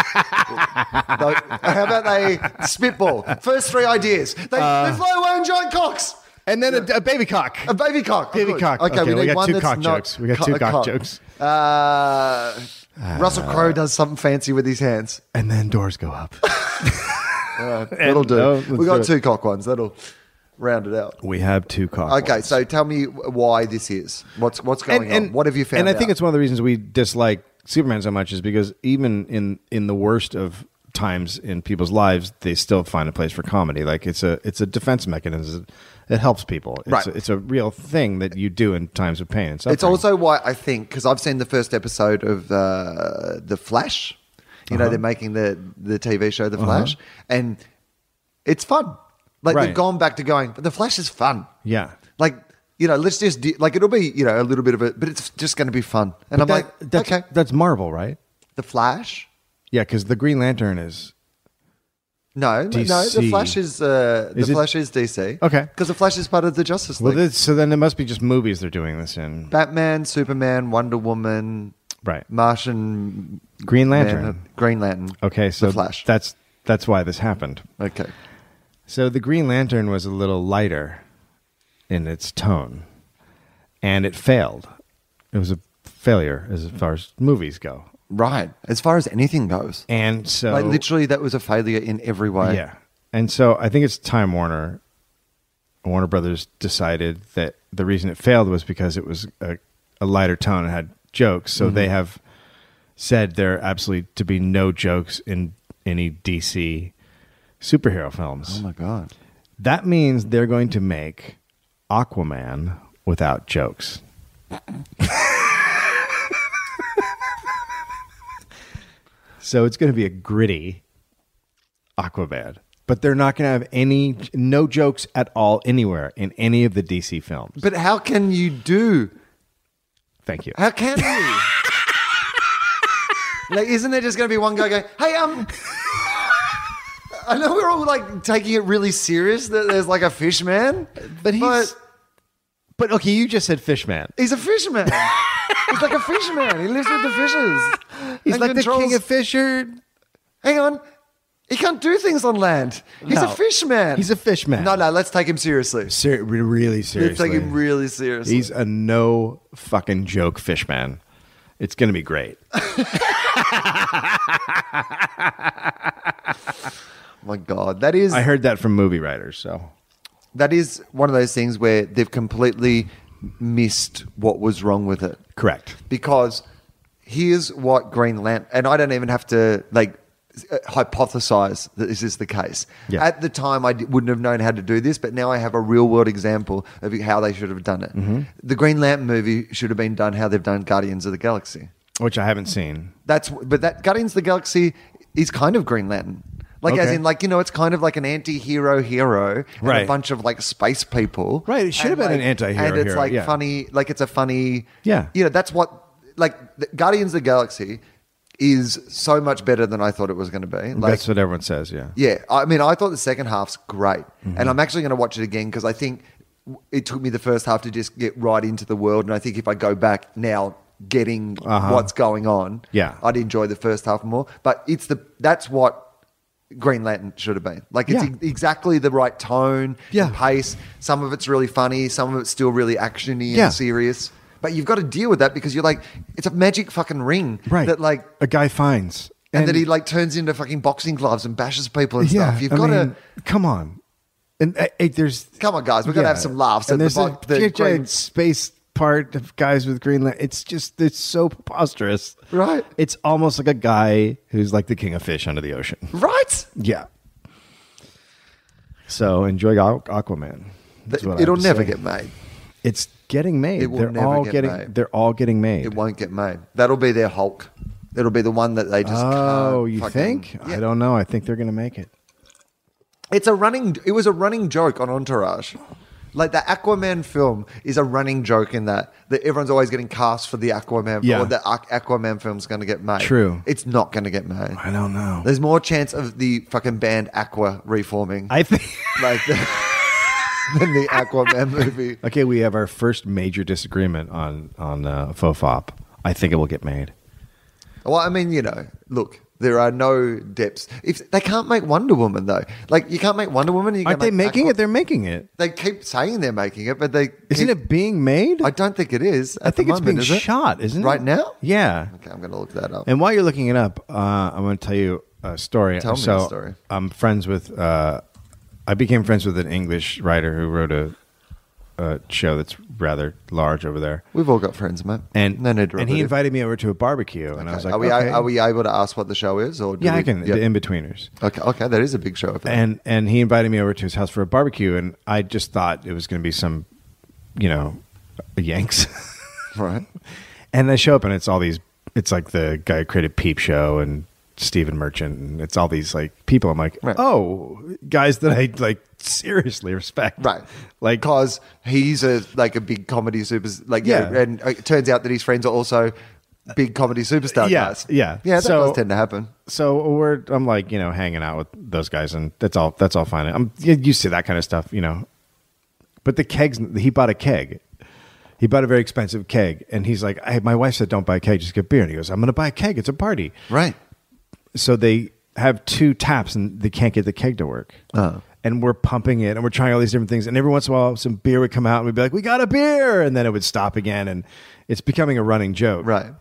They- how about they spitball first three ideas? They, they fly away on giant cocks.
Uh, And then a, a baby cock.
A baby cock.
Baby
Good.
cock.
Okay,
Okay,
we,
we
need
got
one
two
that's
cock
not
jokes. We got
co-
two
a
cock jokes.
Uh, Russell Crowe does something fancy with his hands.
and then doors go up.
That'll do.
no, oh, let's
we got
do it.
two cock ones. That'll round it out.
we have two cock.
Okay, so tell me why this is. What's what's going on? What have you found?
And I think
out?
it's one of the reasons we dislike Superman so much is because even in in the worst of times in people's lives, they still find a place for comedy. Like it's a it's a defense mechanism. It helps people. It's,
Right.
a, it's a real thing that you do in times of pain. And suffering.
It's also why I think because I've seen the first episode of uh, the Flash. You
Uh-huh.
know they're making the the TV show The Flash, and it's fun. Like they've
Right.
gone back to going, but the Flash is fun.
yeah.
Like you know, let's just do, like it'll be you know a little bit of it, but it's just going to be fun. And I'm
That-
like,
that's,
okay,
that's Marvel, right?
the Flash.
Yeah, because the Green Lantern is
No, no, the
DC.
Flash is uh, the
Is it-
Flash is DC.
Okay.
because the Flash is part of the Justice
well.
League.
This, so then it must be just movies they're doing this in,
Batman, Superman, Wonder Woman,
right?
Martian
Green Lantern.
Man, Green Lantern.
Okay, so
the Flash.
That's that's why this happened.
okay.
So the Green Lantern was a little lighter in its tone, and it failed. It was a failure as far as movies go.
Right. As far as anything goes.
And so
Like literally that was a failure in every way.
Yeah. And so I think it's Time Warner. Warner Brothers decided that the reason it failed was because it was a, a lighter tone and had jokes. So
Mm-hmm.
they have said there are absolutely to be no jokes in any DC superhero films.
Oh my god.
that means they're going to make Aquaman without jokes. so it's going to be a gritty Aquaman, but they're not going to have any no jokes at all anywhere in any of the DC films.
But how can you do?
Thank you.
How can you? like, isn't there just going to be one guy going, "Hey, um." I know we're all like taking it really serious that there's like a fish man,
But he's- But okay, you just said Fishman.
He's a fisherman. he's like a fisherman. He lives with the fishes.
He's
And
like the
controls-
king of Fisher.
Hang on. He can't do things on land. He's
No.
a fishman.
He's a fishman.
No, no, let's take him seriously.
Ser- really seriously.
Let's take him really seriously.
He's a no fucking joke fishman. It's going to be great.
oh my God. That is
I heard that from movie writers. So
that is one of those things where they've completely missed what was wrong with it.
correct.
Because here's what Green Lantern, and I don't even have to like uh, hypothesize that this is the case.
Yeah.
At the time, I d- wouldn't have known how to do this, but now I have a real world example of how they should have done it.
Mm-hmm.
The Green Lantern movie should have been done how they've done Guardians of the Galaxy.
Which I haven't seen.
That's but that Guardians of the Galaxy is kind of Green Lantern. Like as
Okay.
in like you know it's kind of like an anti-hero hero and
Right.
a bunch of like space people.
Right, it
And,
should have been
like-
an anti-hero
And it's
hero,
like
yeah.
funny like it's a funny
Yeah.
You know that's what like the Guardians of the Galaxy is so much better than I thought it was going to be. Like
That's what everyone says. Yeah.
yeah, I mean, I thought the second half's great,
Mm-hmm.
and I'm actually going to watch it again because I think w- it took me the first half to just get right into the world, and I think if I go back now, getting what's going on,
Uh-huh. Yeah.
I'd enjoy the first half more. But it's the that's what. Green Lantern should have been like it's
Yeah.
e- exactly the right tone,
Yeah.
and pace. Some of it's really funny, some of it's still really actiony and
Yeah.
serious. But you've got to deal with that because you're like, it's a magic fucking ring
Right.
that like
a guy finds.
and, that he like turns into fucking boxing gloves and bashes people and stuff. You've
I
got
mean,
to
come on. And uh, uh, there's
come on, guys. We're gonna
yeah.
have some laughs. at
And there's
the,
a
bo- the
giant
green-
space part of guys with green. lan- It's just it's so preposterous.
Right.
It's almost like a guy who's like the king of fish under the ocean.
right?
Yeah. So enjoy Aqu- Aquaman. That's what I
It'll
have to
never
say.
get made.
It's getting made.
It will
they're
never
all
get
getting.
made.
They're all getting made.
It won't get made. That'll be their Hulk. It'll be the one that they just.
oh,
can't
you
fucking-
think?
Yeah.
I don't know. I think they're gonna make it.
It's a running. It was a running joke on Entourage. Like the Aquaman film is a running joke in that that everyone's always getting cast for the Aquaman.
Yeah.
Or the Aqu- Aquaman film's going to get made.
True.
It's not going to get made.
I don't know.
There's more chance of the fucking band Aqua reforming.
I think.
like the, than the Aquaman movie.
okay, we have our first major disagreement on on uh, faux fop. I think it will get made.
Well, I mean, you know, look, there are no depths. If they can't make Wonder Woman though, like you can't make Wonder Woman. You
Aren't they
can't make
making
Aqua-
it? They're making it.
They keep saying they're making it, but they
Isn't
keep-
it being made?
I don't think it is.
I
at the
think it's
moment,
being
is it?
shot, isn't it?
Right now?
Yeah.
Okay, I'm going to look that up.
And while you're looking it up, uh, I'm going to tell you a story.
Tell me
so
the story.
I'm friends with. Uh, I became friends with an English writer who wrote a, a show that's rather large over there.
We've all got friends, mate.
And
no, no,
and he invited me over to a barbecue, and I was like,
are we
okay.
are we able to ask what the show is? Or do
yeah,
we,
I can.
yeah.
The in betweeners.
Okay, okay, that is a big show. Over there.
and and he invited me over to his house for a barbecue, and I just thought it was going to be some, you know, Yanks,
right,
and I show up and it's all these. It's like the guy who created Peep Show and Stephen Merchant, and it's all these like people. I'm like,
Right.
oh, guys that I like seriously respect,
right,
Like,
because he's a like a big comedy super, like
Yeah.
yeah, and it turns out that his friends are also big comedy superstar
Yeah,
guys.
yeah.
yeah, that
So-
does tend to happen.
so we're I'm like you know hanging out with those guys, and that's all. That's all fine. I'm used to that kind of stuff, you know. But the kegs, he bought a keg. He bought a very expensive keg, and he's like, hey, "My wife said don't buy a keg, just get beer." And he goes, "I'm going to buy a keg. It's a party."
Right.
So they have two taps, and they can't get the keg to work. and we're pumping it and we're trying all these different things. And every once in a while, some beer would come out and we'd be like, we got a beer. And then it would stop again. And it's becoming a running joke.
Right.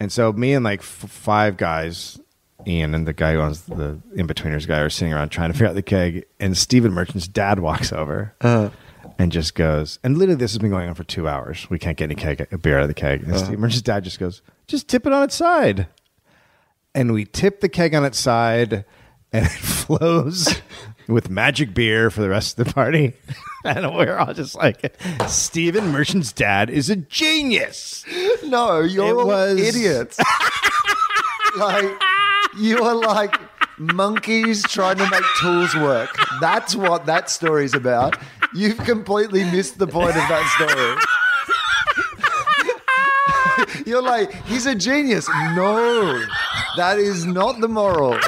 And so me and like f- five guys, Ian and the guy who owns the In Betweeners guy, are sitting around trying to figure out the keg. And Stephen Merchant's dad walks over and just goes, and literally this has been going on for two hours. We can't get any keg, a beer out of the keg. And Stephen Merchant's dad just goes, just tip it on its side. And we tip the keg on its side, and it flows with magic beer for the rest of the party. and we're all just like, Stephen Merchant's dad is a genius.
No, you're
It
all
was-
idiots. like you are like monkeys trying to make tools work. That's what that story's about. You've completely missed the point of that story. you're like, he's a genius. No, that is not the moral.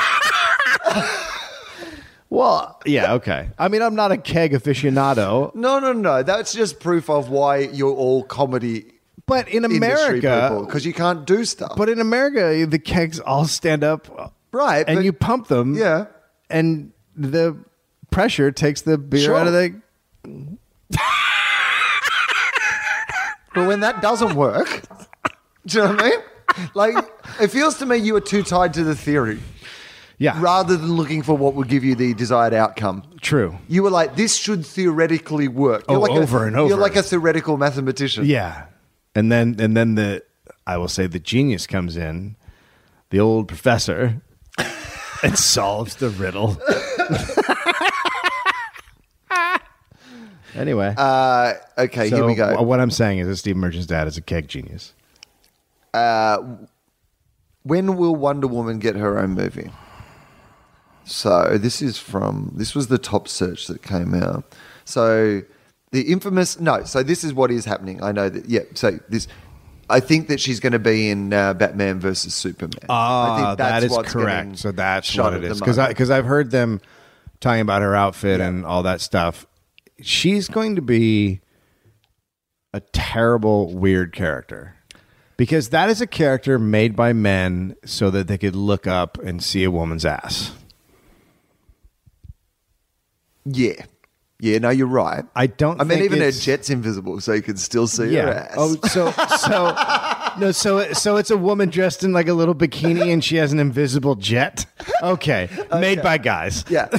what?
Yeah, okay. I mean, I'm not a keg aficionado,
No, no, no. That's just proof of why you're all comedy
but in
industry people
America,
because you can't do stuff.
but in America, the kegs all stand up,
Right,
And
but-
you pump them,
Yeah.
and the pressure takes the beer
Sure.
out of the.
But when that doesn't work, do you know what I mean? Like, it feels to me you are too tied to the theory
Yeah,
rather than looking for what would give you the desired outcome.
true.
You were like, this should theoretically work. You're
Oh,
like a-
over and over.
You're like a theoretical mathematician.
Yeah, and then and then the I will say the genius comes in, the old professor, and solves the riddle. anyway,
Uh, okay, here we
wh-
go.
What I'm saying is that Steve Merchant's dad is a keg genius.
When will Wonder Woman get her own movie? So this is from this was the top search that came out. So the infamous no. So this is what is happening. I know that. Yeah. So this, I think that she's going to be in uh, Batman versus Superman. I
Ah,
think
that is
what's getting
correct. So that's
shot
what
at
it
the
is. Because I
moment.
because I've heard them talking about her outfit and all that stuff. She's going to be a terrible, weird character. Because that is a character made by men so that they could look up and see a woman's ass.
yeah, yeah. No, you're right.
I don't
I mean,
think
even her
it's-
jet's invisible, so you can still see her ass.
Oh, so so no, so it- so it's a woman dressed in like a little bikini and she has an invisible jet. Okay, made by guys.
Yeah.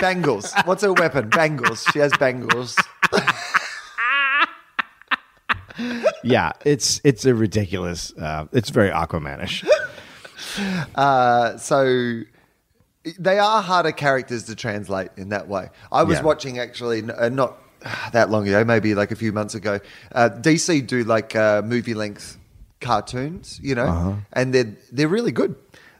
bangles. What's her weapon? Bangles. She has bangles.
Yeah, it's it's a ridiculous. Uh, it's very Aquamanish.
Uh, so they are harder characters to translate in that way. I was
Yeah.
watching actually n- uh, not that long ago, maybe like a few months ago. Uh, DC do like uh, movie length cartoons, you know, and they're they're really good.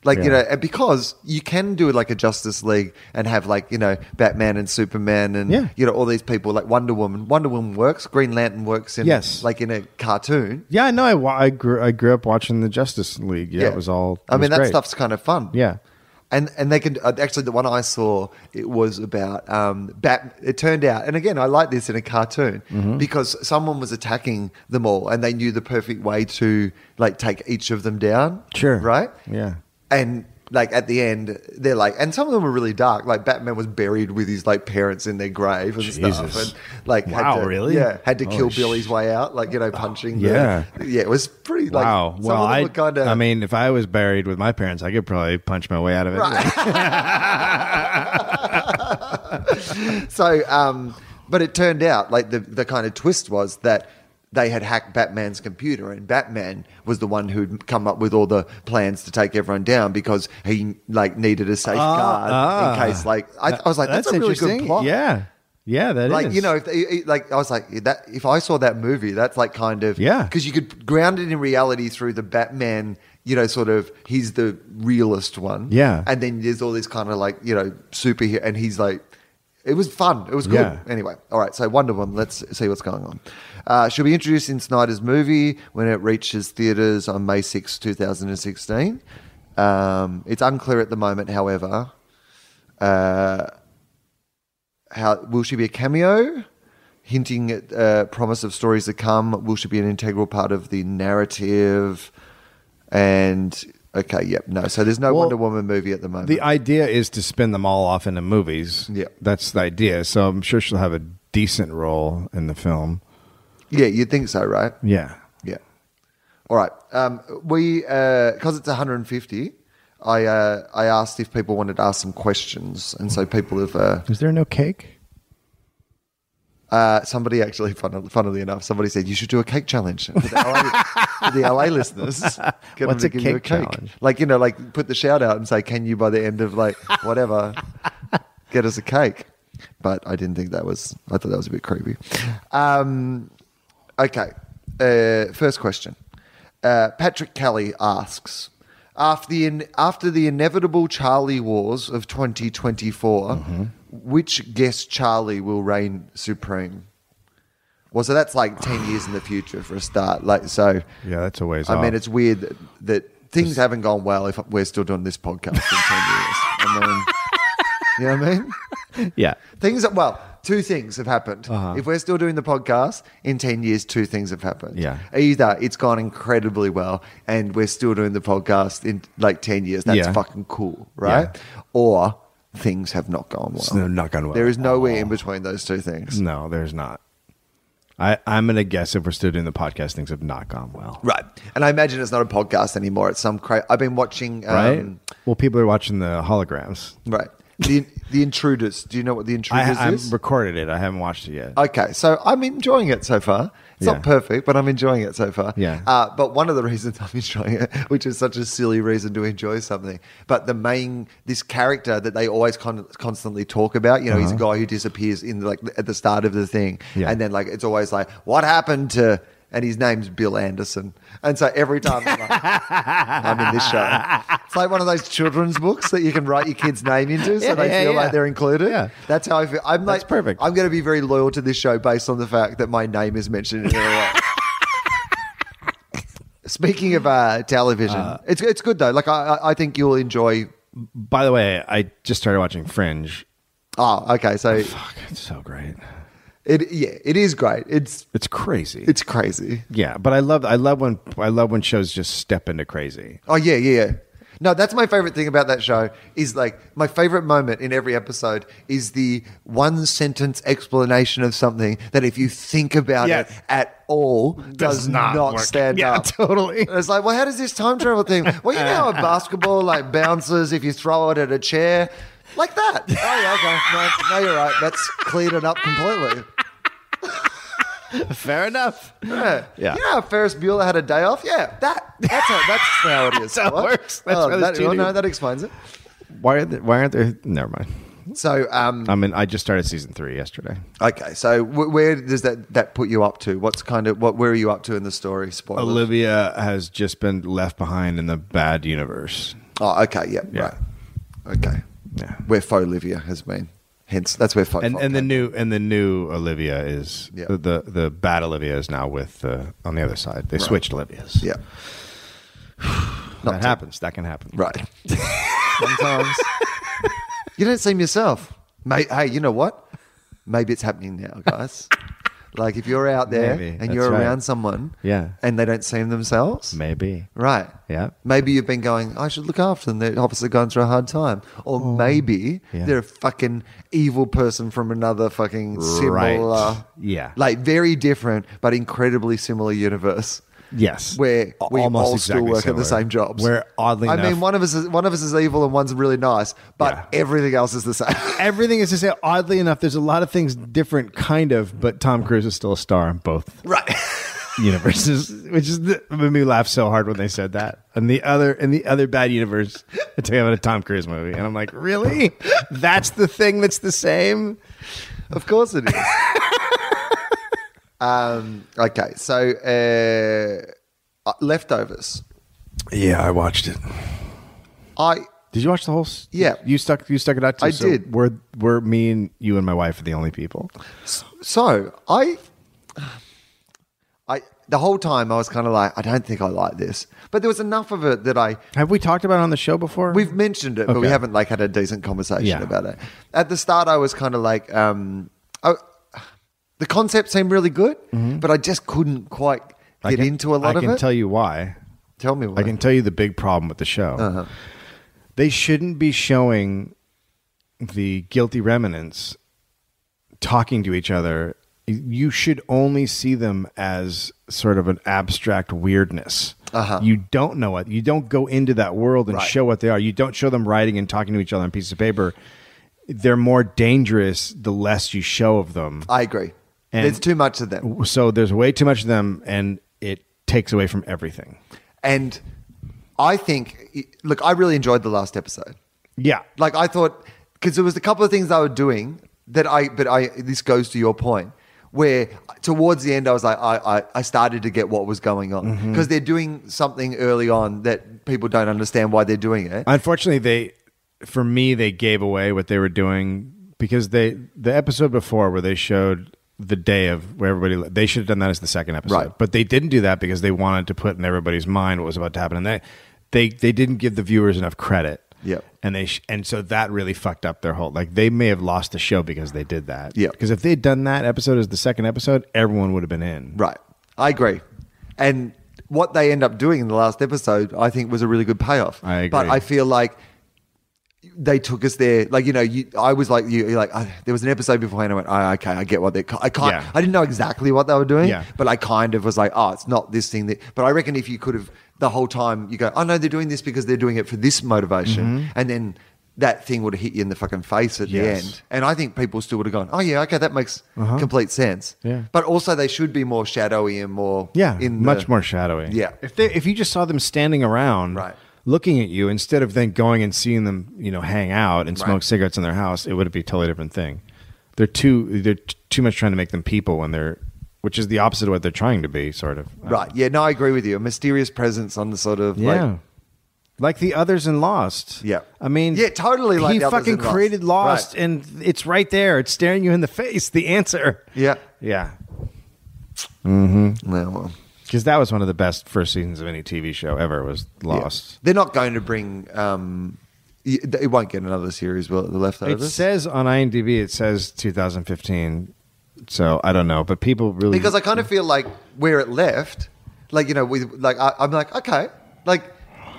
Like you
Uh-huh. Yeah.
know, and because you can do like a Justice League and have like you know Batman and Superman and
Yeah.
you know all these people like Wonder Woman. Wonder Woman works. Green Lantern works in
Yes.
like in a cartoon.
Yeah, no, I wa- I grew I grew up watching the Justice League. Yeah, it was all. it
I mean,
was
that
great.
stuff's kind of fun.
Yeah.
and and they can uh, actually the one I saw it was about um, bat. It turned out, and again, I like this in a cartoon
Mm-hmm.
because someone was attacking them all, and they knew the perfect way to like take each of them down.
Sure.
right?
Yeah.
and. Like at the end, they're like, and some of them were really dark. Like Batman was buried with his like parents in their grave and stuff,
Jesus.
and like
Wow,
had to,
really?
yeah, had to
Holy
kill
sh-
Billy's way out, like you know, punching.
yeah.
the, yeah, it was pretty. Like,
wow.
some
Well,
of them
I
were kinda-
I mean, if I was buried with my parents, I could probably punch my way out of it.
so um, but it turned out like the, the kind of twist was that they had hacked Batman's computer, and Batman was the one who'd come up with all the plans to take everyone down because he like needed a safeguard
ah.
in case. Like I, I was like, that's, a really good plot.
Yeah. Yeah, that is.
Like you know, if they, it- like I was like that. If I saw that movie, that's like kind of
Yeah.
because you could ground it in reality through the Batman. You know, sort of he's the realest one.
Yeah.
and then there's all this kind of like you know superhero, and he's like, it was fun. It was good.
Yeah.
Anyway, all right. So Wonder Woman. Let's see what's going on. Uh, she'll be introduced in Snyder's movie when it reaches theaters on May 6, two thousand and sixteen. Um, it's unclear at the moment, however, how will she be a cameo hinting at uh, promise of stories to come will she be an integral part of the narrative and Okay, yep. No, so there's no
Well,
Wonder Woman movie at the moment.
The idea is to spin them all off into movies.
Yeah.
That's the idea. So I'm sure she'll have a decent role in the film.
yeah, you'd think so, right?
Yeah.
Yeah. All right. Um, we because it's 150. I uh, I asked if people wanted to ask some questions, and so people have uh,
Is there no cake?
uh, somebody actually funnily, funnily enough somebody said you should do a cake challenge for the LA, for the LA listeners. Get them
What's
to
a
give
cake challenge?
Like you know, like put the shout out and say, "Can you by the end of like whatever get us a cake?" But I didn't think that was. I thought that was a bit creepy. Um, Okay. Uh, first question. Uh, Patrick Kelly asks after the in, after the inevitable Charlie Wars of 2024, which guest Charlie will reign supreme? Well, so that's like 10 years in the future for a start. Like so.
Yeah, that's a ways
I
off.
mean, it's weird that, that things haven't gone well if we're still doing this podcast in 10 years. And then, you know what I mean?
Yeah.
Things that, well, two things have happened.
Uh-huh.
If we're still doing the podcast, in 10 years, two things have happened.
Yeah.
Either it's gone incredibly well and we're still doing the podcast in like 10 years. That's
Yeah.
fucking cool, right? Or things have not gone well.
It's no- not gone well
There is
at
nowhere
all.
in between those two things.
No, there's not. I, I'm going to guess if we're still doing the podcast, things have not gone well.
Right. And I imagine it's not a podcast anymore. It's some cra- I've been watching. Um,
Right? well, people are watching the holograms.
Right. The, the Intruders. Do you know what The
I,
Intruders
I've
is? Uh,
recorded it. I haven't watched it yet.
Okay, so I'm enjoying it so far. It's
Yeah.
not perfect, but I'm enjoying it so far.
Yeah.
Uh, but one of the reasons I'm enjoying it, which is such a silly reason to enjoy something, but the main this character that they always con- constantly talk about, you know, he's a guy who disappears in the, like at the start of the thing,
Uh-huh. Yeah.
and then like it's always like, what happened to? And his name's Bill Anderson, and so every time I'm, like, I'm in this show, it's like one of those children's books that you can write your kid's name into, so
Yeah,
they
yeah,
feel
yeah.
like they're included.
Yeah.
That's how I feel. I'm like
That's perfect.
I'm going to be very loyal to this show based on the fact that my name is mentioned in every way. Speaking of uh, television, it's it's good though. Like I I- I think you'll enjoy.
By the way, I just started watching Fringe.
Oh, okay. So
Fuck, it's so great.
it yeah, it is great. It's
It's crazy.
it's crazy.
yeah, but I love I love when I love when shows just step into crazy.
Oh yeah, yeah, yeah. No, that's my favorite thing about that show is like my favorite moment in every episode is the one sentence explanation of something that if you think about
Yeah.
it at all does,
not
not,
work.
stand
Yeah,
up.
totally.
It's like, well, how does this time travel thing? Well, you know how a basketball like bounces if you throw it at a chair, like that. Oh yeah, okay. No, no, you're right. That's cleared it up completely.
Fair enough.
Yeah.
Yeah.
You know how Ferris Bueller had a day off? Yeah, that that's how, that's how it is.
That's how it
What?
works. That's why
oh,
there's
that,
two
well, no,
dudes.
that explains it.
Why are they, why aren't there? Never mind.
So, um,
I mean, I just started season three yesterday.
okay. So, wh- where does that that put you up to? What's kind of what? Where are you up to in the story? Spoilers.
Olivia has just been left behind in the bad universe.
oh, okay. Yeah.
Yeah.
Right. Okay.
Yeah.
Where faux Olivia has been. Hence, that's where faux.
And
Fox
and the
came.
new and the new Olivia is
Yeah.
the, the the bad Olivia is now with uh, on the other side. They switched Olivias.
yeah.
that happens. That can happen.
Right. Sometimes you don't seem yourself. Mate, hey, you know what? Maybe it's happening now, guys. Like if you're out there
Maybe,
and
that's
you're
right.
around someone,
Yeah.
and they don't seem themselves,
Maybe.
right?
Yeah.
Maybe you've been going. I should look after them. They're obviously going through a hard time, or maybe
Oh, Yeah.
they're a fucking evil person from another fucking
Right.
similar,
Yeah.
like very different but incredibly similar universe.
Yes.
Where we
Almost
all
exactly
still work at
similar.
the same jobs.
Where oddly
I
enough-
mean, one of us is one of us is evil and one's really nice, but
Yeah.
everything else is the same.
Everything is to say, oddly enough, there's a lot of things different, kind of, but Tom Cruise is still a star in both
right.
universes, which is the, it made me laugh so hard when they said that. And the other, in the other bad universe, they talking about a Tom Cruise movie, and I'm like, really? That's the thing that's the same?
Of course it is. um, okay, so uh, uh, leftovers.
Yeah, I watched it.
I
Did you watch the whole? s-
Yeah.
you stuck. You stuck it out. Too,
I did.
We're we're me and you and my wife are the only people.
so I I the whole time I was kind of like, I don't think I like this, but there was enough of it that I
Have we talked about it on the show before?
We've mentioned it, but we
Okay.
haven't like had a decent conversation
Yeah.
about it. At the start, I was kind of like, um, I, the concept seemed really good, but I just couldn't quite
Mm-hmm. I
get
can-
into a lot
I
of
can
it.
tell you why.
Tell me what.
I can tell you the big problem with the show.
Uh-huh.
They shouldn't be showing the guilty remnants talking to each other. You should only see them as sort of an abstract weirdness.
Uh-huh.
You don't know it. You don't go into that world and
Right.
show what they are. You don't show them writing and talking to each other on pieces of paper. They're more dangerous the less you show of them
I agree.
And-
There's too much of them.
so there's way too much of them and it takes away from everything
And I think, look, I really enjoyed the last episode.
yeah
Like I thought, because there was a couple of things I were doing that I, but I, this goes to your point where towards the end I was like, I, I, I started to get what was going on because they're doing something early on that people don't understand why they're doing it.
unfortunately they for me they gave away what they were doing because they the episode before where they showed the day of where everybody they should have done that as the second episode
Right.
but they didn't do that because they wanted to put in everybody's mind what was about to happen and they they, they didn't give the viewers enough credit
Yep.
and they sh- and so that really fucked up their whole like they may have lost the show because they did that
Yeah.
because if they'd done that episode as the second episode everyone would have been in
Right. I agree. And what they end up doing in the last episode, I think, was a really good payoff.
I agree.
But I feel like they took us there. Like you know, you, I was like you. You're like I, there was an episode beforehand. I went, oh, okay, I get what they. I can't.
Yeah.
I didn't know exactly what they were doing.
Yeah.
But I kind of was like, oh, it's not this thing that. But I reckon if you could have the whole time, you go, oh no, they're doing this because they're doing it for this motivation, and then. That thing would have hit you in the fucking face at
Mm-hmm. Yes.
the end. And I think people still would have gone, oh, yeah, okay, that makes complete sense.
Uh-huh. Yeah.
But also, they should be more shadowy and more
Yeah,
in the-
much more shadowy.
Yeah.
if they if you just saw them standing around,
Right.
looking at you instead of then going and seeing them, you know, hang out and
Right.
smoke cigarettes in their house, it would be a totally different thing. They're too they're t- too much trying to make them people when they're, which is the opposite of what they're trying to be, sort of.
Right. Yeah. No, I agree with you. A mysterious presence on the sort of
Yeah.
like
Like, the others in Lost.
Yeah.
I mean,
Yeah, totally like
he
the others
fucking
in Lost.
created Lost,
Right.
and it's right there. It's staring you in the face. The answer.
yeah.
Yeah.
No, well,
Because that was one of the best first seasons of any TV show ever. Was Lost.
they're not going to bring. um y- It won't get another series. Will it, the
It
leftovers?
says on IMDb, it says 2015. So I don't know, but people really
because I kind of feel like where it left, like you know, with like I, I'm like okay, like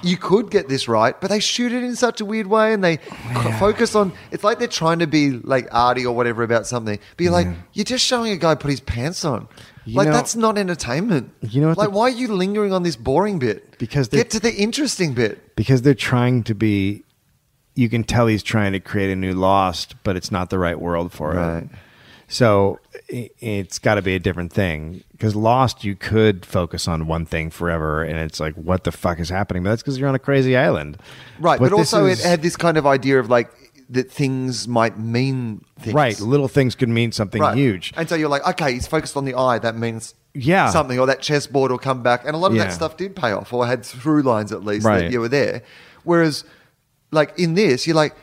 you could get this right, but they shoot it in such a weird way, and they
Oh,
co- focus on. It's like they're trying to be like arty or whatever about something. Be like, you're just showing a guy put his pants on.
You
like
know-
that's not entertainment.
You know what
like
the-
why are you lingering on this boring bit?
Because they-
get to the interesting bit.
because they're trying to be. You can tell he's trying to create a new Lost, but it's not the right world for
Right.
it. So i- it's got to be a different thing. Because Lost, you could focus on one thing forever, and it's like, what the fuck is happening? But that's because you're on a crazy island,
Right, but,
this
also
is-
it had this kind of idea of like that things might mean things.
right little things could mean something
Right.
huge.
And so you're like, okay, he's focused on the eye. That means
Yeah.
something, or that chessboard will come back. And a lot of
Yeah.
that stuff did pay off, or had through lines at least
Right.
that you were there. Whereas, like in this, you're like,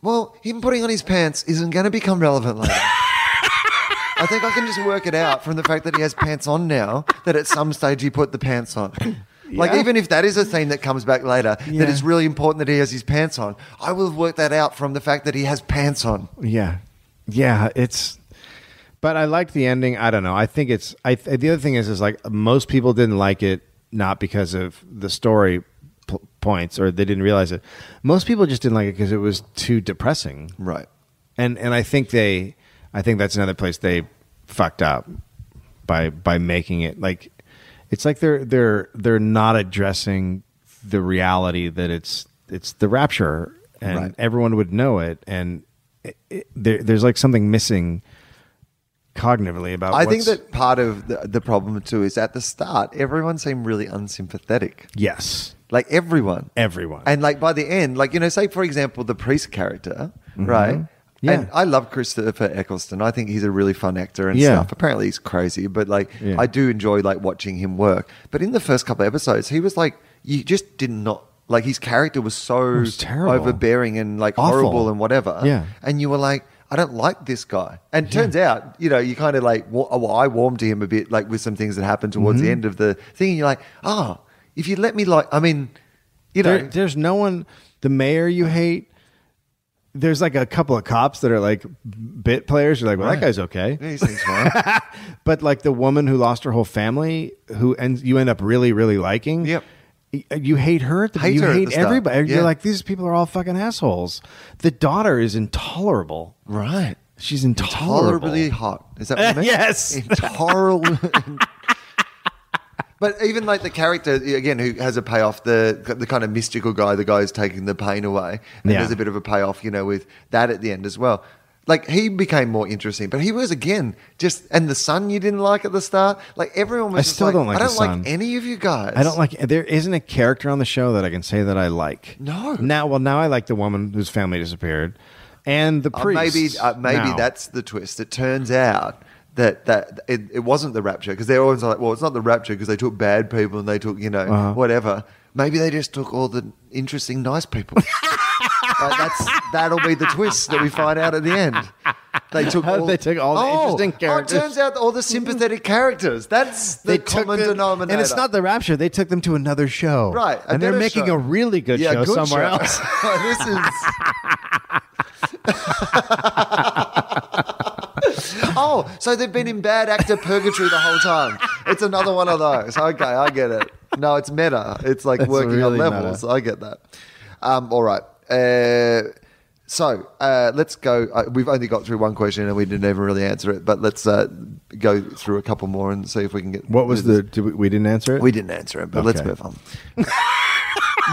well, him putting on his pants isn't going to become relevant later. I think I can just work it out from the fact that he has pants on now. That at some stage he put the pants on. Like
Yeah.
even if that is a thing that comes back later,
Yeah.
that it's really important that he has his pants on. I will have worked that out from the fact that he has pants on.
Yeah, yeah. It's, but I liked the ending. I don't know. I think it's. I th- the other thing is is like most people didn't like it not because of the story p- points or they didn't realize it. Most people just didn't like it because it was too depressing.
Right.
And and I think they, I think that's another place they fucked up by by making it like, it's like they're they're they're not addressing the reality that it's it's the rapture and
Right.
everyone would know it and it, it, there, there's like something missing cognitively about.
I think
what's-
that part of the, the problem too is at the start, everyone seemed really unsympathetic.
yes,
Like everyone.
everyone
And like by the end, like, you know, say for example, the priest character, right?
Mm-hmm. Yeah.
And I love Christopher Eccleston. I think he's a really fun actor and
Yeah.
stuff. Apparently he's crazy, but like
Yeah.
I do enjoy like watching him work. But in the first couple of episodes, he was like, you just did not like his character was so
was terrible.
overbearing and like
Awful.
horrible and whatever.
Yeah.
And you were like, I don't like this guy. And it turns out, you know, you kind of like, wa- oh, well, I warmed to him a bit, like with some things that happened towards the
Mm-hmm.
end of the thing. And you're like, oh, if you let me, like, I mean, you know,
There, there's no one. The mayor you hate. There's like a couple of cops that are like bit players. You're like, well, that guy's okay.
yeah, he seems fine.
But like the woman who lost her whole family, who ends you end up really really liking.
Yep.
y- uh, you hate her at the
Hate
you
her at
hate
the start,
everybody.
yeah.
You're like these people are all fucking assholes. The daughter is intolerable.
Right.
She's intolerable.
Tolerably hot. Is that what you mean?
Yes.
Intolerable. but even like the character again, who has a payoff, the the kind of mystical guy, the guy who's taking the pain away, and
Yeah.
there's a bit of a payoff, you know, with that at the end as well. Like he became more interesting, but he was again just and the son you didn't like at the start. Like everyone was.
I
just
still don't like
I
the
don't like
son.
any of you guys.
I don't like. There isn't a character on the show that I can say that I like.
No.
Now, well, now I like the woman whose family disappeared, and the
Uh,
priest.
maybe uh, maybe
now.
that's the twist. It turns out that that it, it wasn't the rapture because they're always like, well, it's not the rapture because they took bad people and they took you know
Uh-huh.
whatever. Maybe they just took all the interesting, nice people. Like, that's that'll be the twist that we find out at the end. They took
How did
all,
they took all the
Oh,
interesting characters?
Oh, it turns out all the sympathetic characters. That's the common
them-
denominator.
and it's not the Rapture. They took them to another show,
Right, a
And they're
better
making
show.
a really good
yeah,
show
good
somewhere
show.
else.
this is. Oh, so they've been in bad actor purgatory the whole time. It's another one of those. Okay, I get it. No, it's meta. It's like working
really
on levels. I get that. Um, all right. Uh, so uh, let's go. Uh, we've only got through one question and we didn't even really answer it, but let's uh, go through a couple more and see if we can get.
What was the? Did we, we didn't answer it.
We didn't answer it, but let's
Okay.
move on.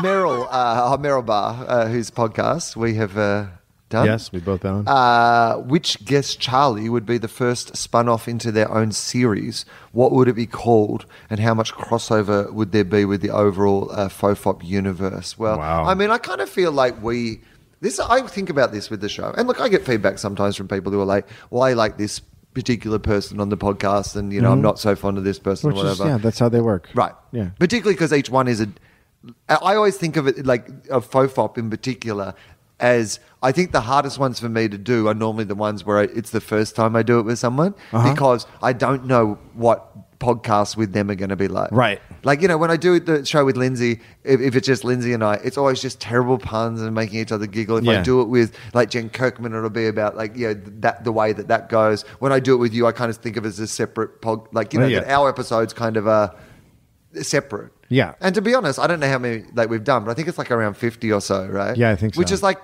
Meryl, uh, our Meryl Bar, uh, whose podcast we have uh, done.
Yes, we both been on.
Uh, which guest Charlie would be the first spun off into their own series? What would it be called, and how much crossover would there be with the overall uh, Fofop universe? Well,
Wow.
I mean, I kind of feel like we. This I think about this with the show, and look, I get feedback sometimes from people who are like, "Well, I like this particular person on the podcast, and you know, I'm not so fond of this person, or
Mm-hmm. Which
whatever."
is, yeah, that's how they work.
Right.
Yeah.
Particularly because each one is a. I I always think of it like a fofop in particular as I think the hardest ones for me to do are normally the ones where I, it's the first time I do it with someone
Uh-huh.
because I don't know what podcasts with them are going to be like.
Right.
Like, you know, when I do the show with Lindsay, if, if it's just Lindsay and I, it's always just terrible puns and making each other giggle. If I
Yeah.
do it with like Jen Kirkman, it'll be about like, you know, that the way that that goes. When I do it with you, I kind of think of it as a separate pod, like, you know,
Yeah.
that our episodes kind of are separate.
Yeah.
And to be honest, I don't know how many like we've done, but I think it's like around 50 or so, right?
Yeah, I think so.
Which is like,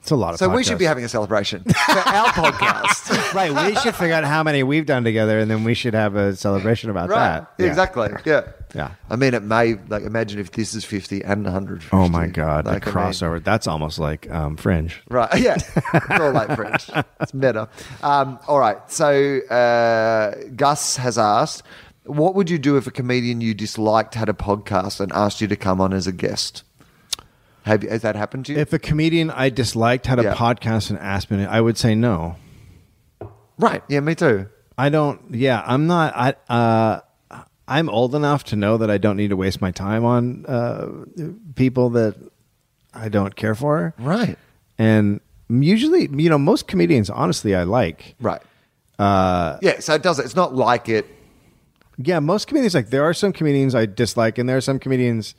It's a lot of.
so we should be
podcasts.
having a celebration for our podcast.
right. We should figure out how many we've done together, and then we should have a celebration about
Right.
that. Yeah.
Exactly. Yeah.
Yeah.
I mean, it may, like, imagine if this is 50 and 150.
Oh my god,
Like, I
the
mean-
crossover. that's almost like um, Fringe.
Right. Yeah. It's all like French. It's meta. Um, all right. So uh, Gus has asked, what would you do if a comedian you disliked had a podcast and asked you to come on as a guest? Have, has that happened to you?
If a comedian I disliked had a
Yeah.
podcast and asked me, I would say no.
right. Yeah, me too.
I don't. Yeah, I'm not. I. Uh, I'm old enough to know that I don't need to waste my time on uh, people that I don't care for.
Right.
And usually, you know, most comedians, honestly, I like.
Right. Uh, yeah. So it does. It's not like it.
Yeah, most comedians like there are some comedians I dislike, and there are some comedians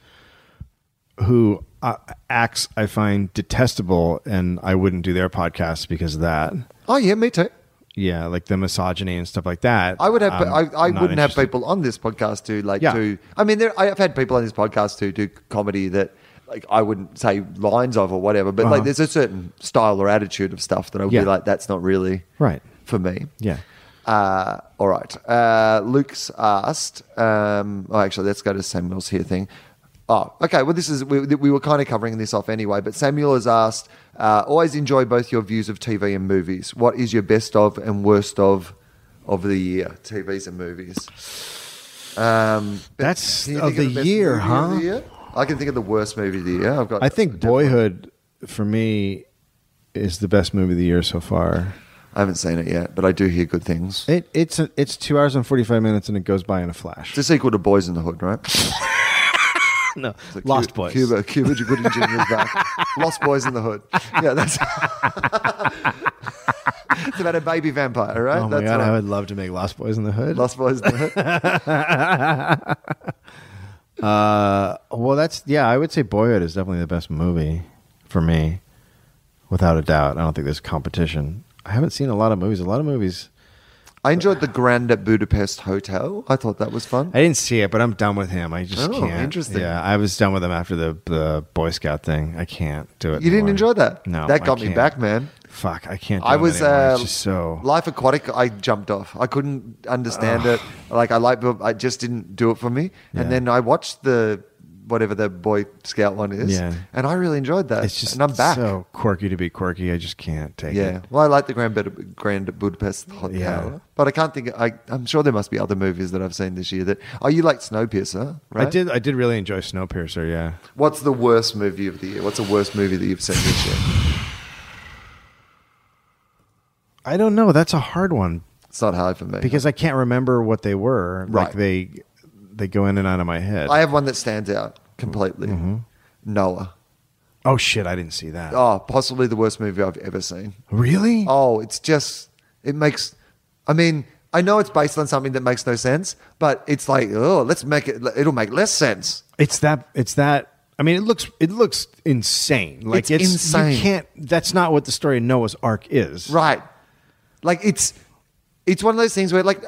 who uh, acts I find detestable, and I wouldn't do their podcast because of that.
Oh yeah, me too.
Yeah, like the misogyny and stuff like that.
I would have.
I'm
I, I
not
wouldn't have
interested.
people on this podcast who like
Yeah.
do. I mean, there. I've had people on this podcast who do comedy that. Like I wouldn't say lines of or whatever, but like
Uh-huh.
there's a certain style or attitude of stuff that I would
Yeah.
be like, that's not really
Right.
for me.
Yeah.
Uh, all right. Uh, Luke's asked. Um, oh, actually, let's go to Samuel's here thing. Oh, okay. Well, this is we, we were kind of covering this off anyway. But Samuel has asked. Uh, Always enjoy both your views of TV and movies. What is your best of and worst of of the year? TVs and movies. Um, but
That's
can you
of
think
the
best
year,
movie
huh?
Of the year? I can think of the worst movie of the year. I've got.
I think Boyhood for me is the best movie of the year so far.
I haven't seen it yet, but I do hear good things.
It, it's a, it's two hours and forty five minutes, and it goes by in a flash.
It's a sequel to Boys in the Hood, right?
no,
Cu-
Lost Boys.
Cuba, Cuba Gooding Jr. is back. Lost Boys in the Hood. Yeah, that's. it's about a baby vampire, right?
Oh my
that's
god,
right.
I would love to make Lost Boys in the Hood.
Lost Boys in the Hood.
Uh, well, that's yeah. I would say Boyhood is definitely the best movie for me, without a doubt. I don't think there's competition. I haven't seen a lot of movies. A lot of movies.
I enjoyed the Grand Budapest Hotel. I thought that was fun.
I didn't see it, but I'm done with him. I just
Oh,
can't.
interesting.
Yeah, I was done with him after the, the Boy Scout thing. I can't do it.
You didn't
anymore.
enjoy that?
No,
That
I
got me
can't.
back, man.
Fuck, I can't. Do
I
it
was
anymore.
uh,
It's just so.
Life Aquatic. I jumped off. I couldn't understand it. Like I like, I just didn't do it for me.
Yeah.
And then I watched the whatever the Boy Scout one is,
Yeah.
and I really enjoyed that.
It's just
and I'm back.
so quirky to be quirky. I just can't take
yeah.
it.
Well, I like the Grand Bud- Grand Budapest Hotel,
Yeah.
but I can't think. I I'm sure there must be other movies that I've seen this year that. Oh, you like Snowpiercer, right?
I did. I did really enjoy Snowpiercer. Yeah.
What's the worst movie of the year? What's the worst movie that you've seen this year?
I don't know. That's a hard one
It's not hard for me
because I can't remember what they were.
Right.
Like they, they go in and out of my head.
I have one that stands out completely.
Mm-hmm.
Noah.
oh shit! I didn't see that.
Oh, possibly the worst movie I've ever seen.
really?
Oh, it's just it makes. I mean, I know it's based on something that makes no sense, but it's like, oh, let's make it. It'll make less sense.
It's that. It's that. I mean, it looks it looks insane. Like
It's
it's,
insane.
You can't. That's not what the story of Noah's Ark is.
Right. Like it's it's one of those things where like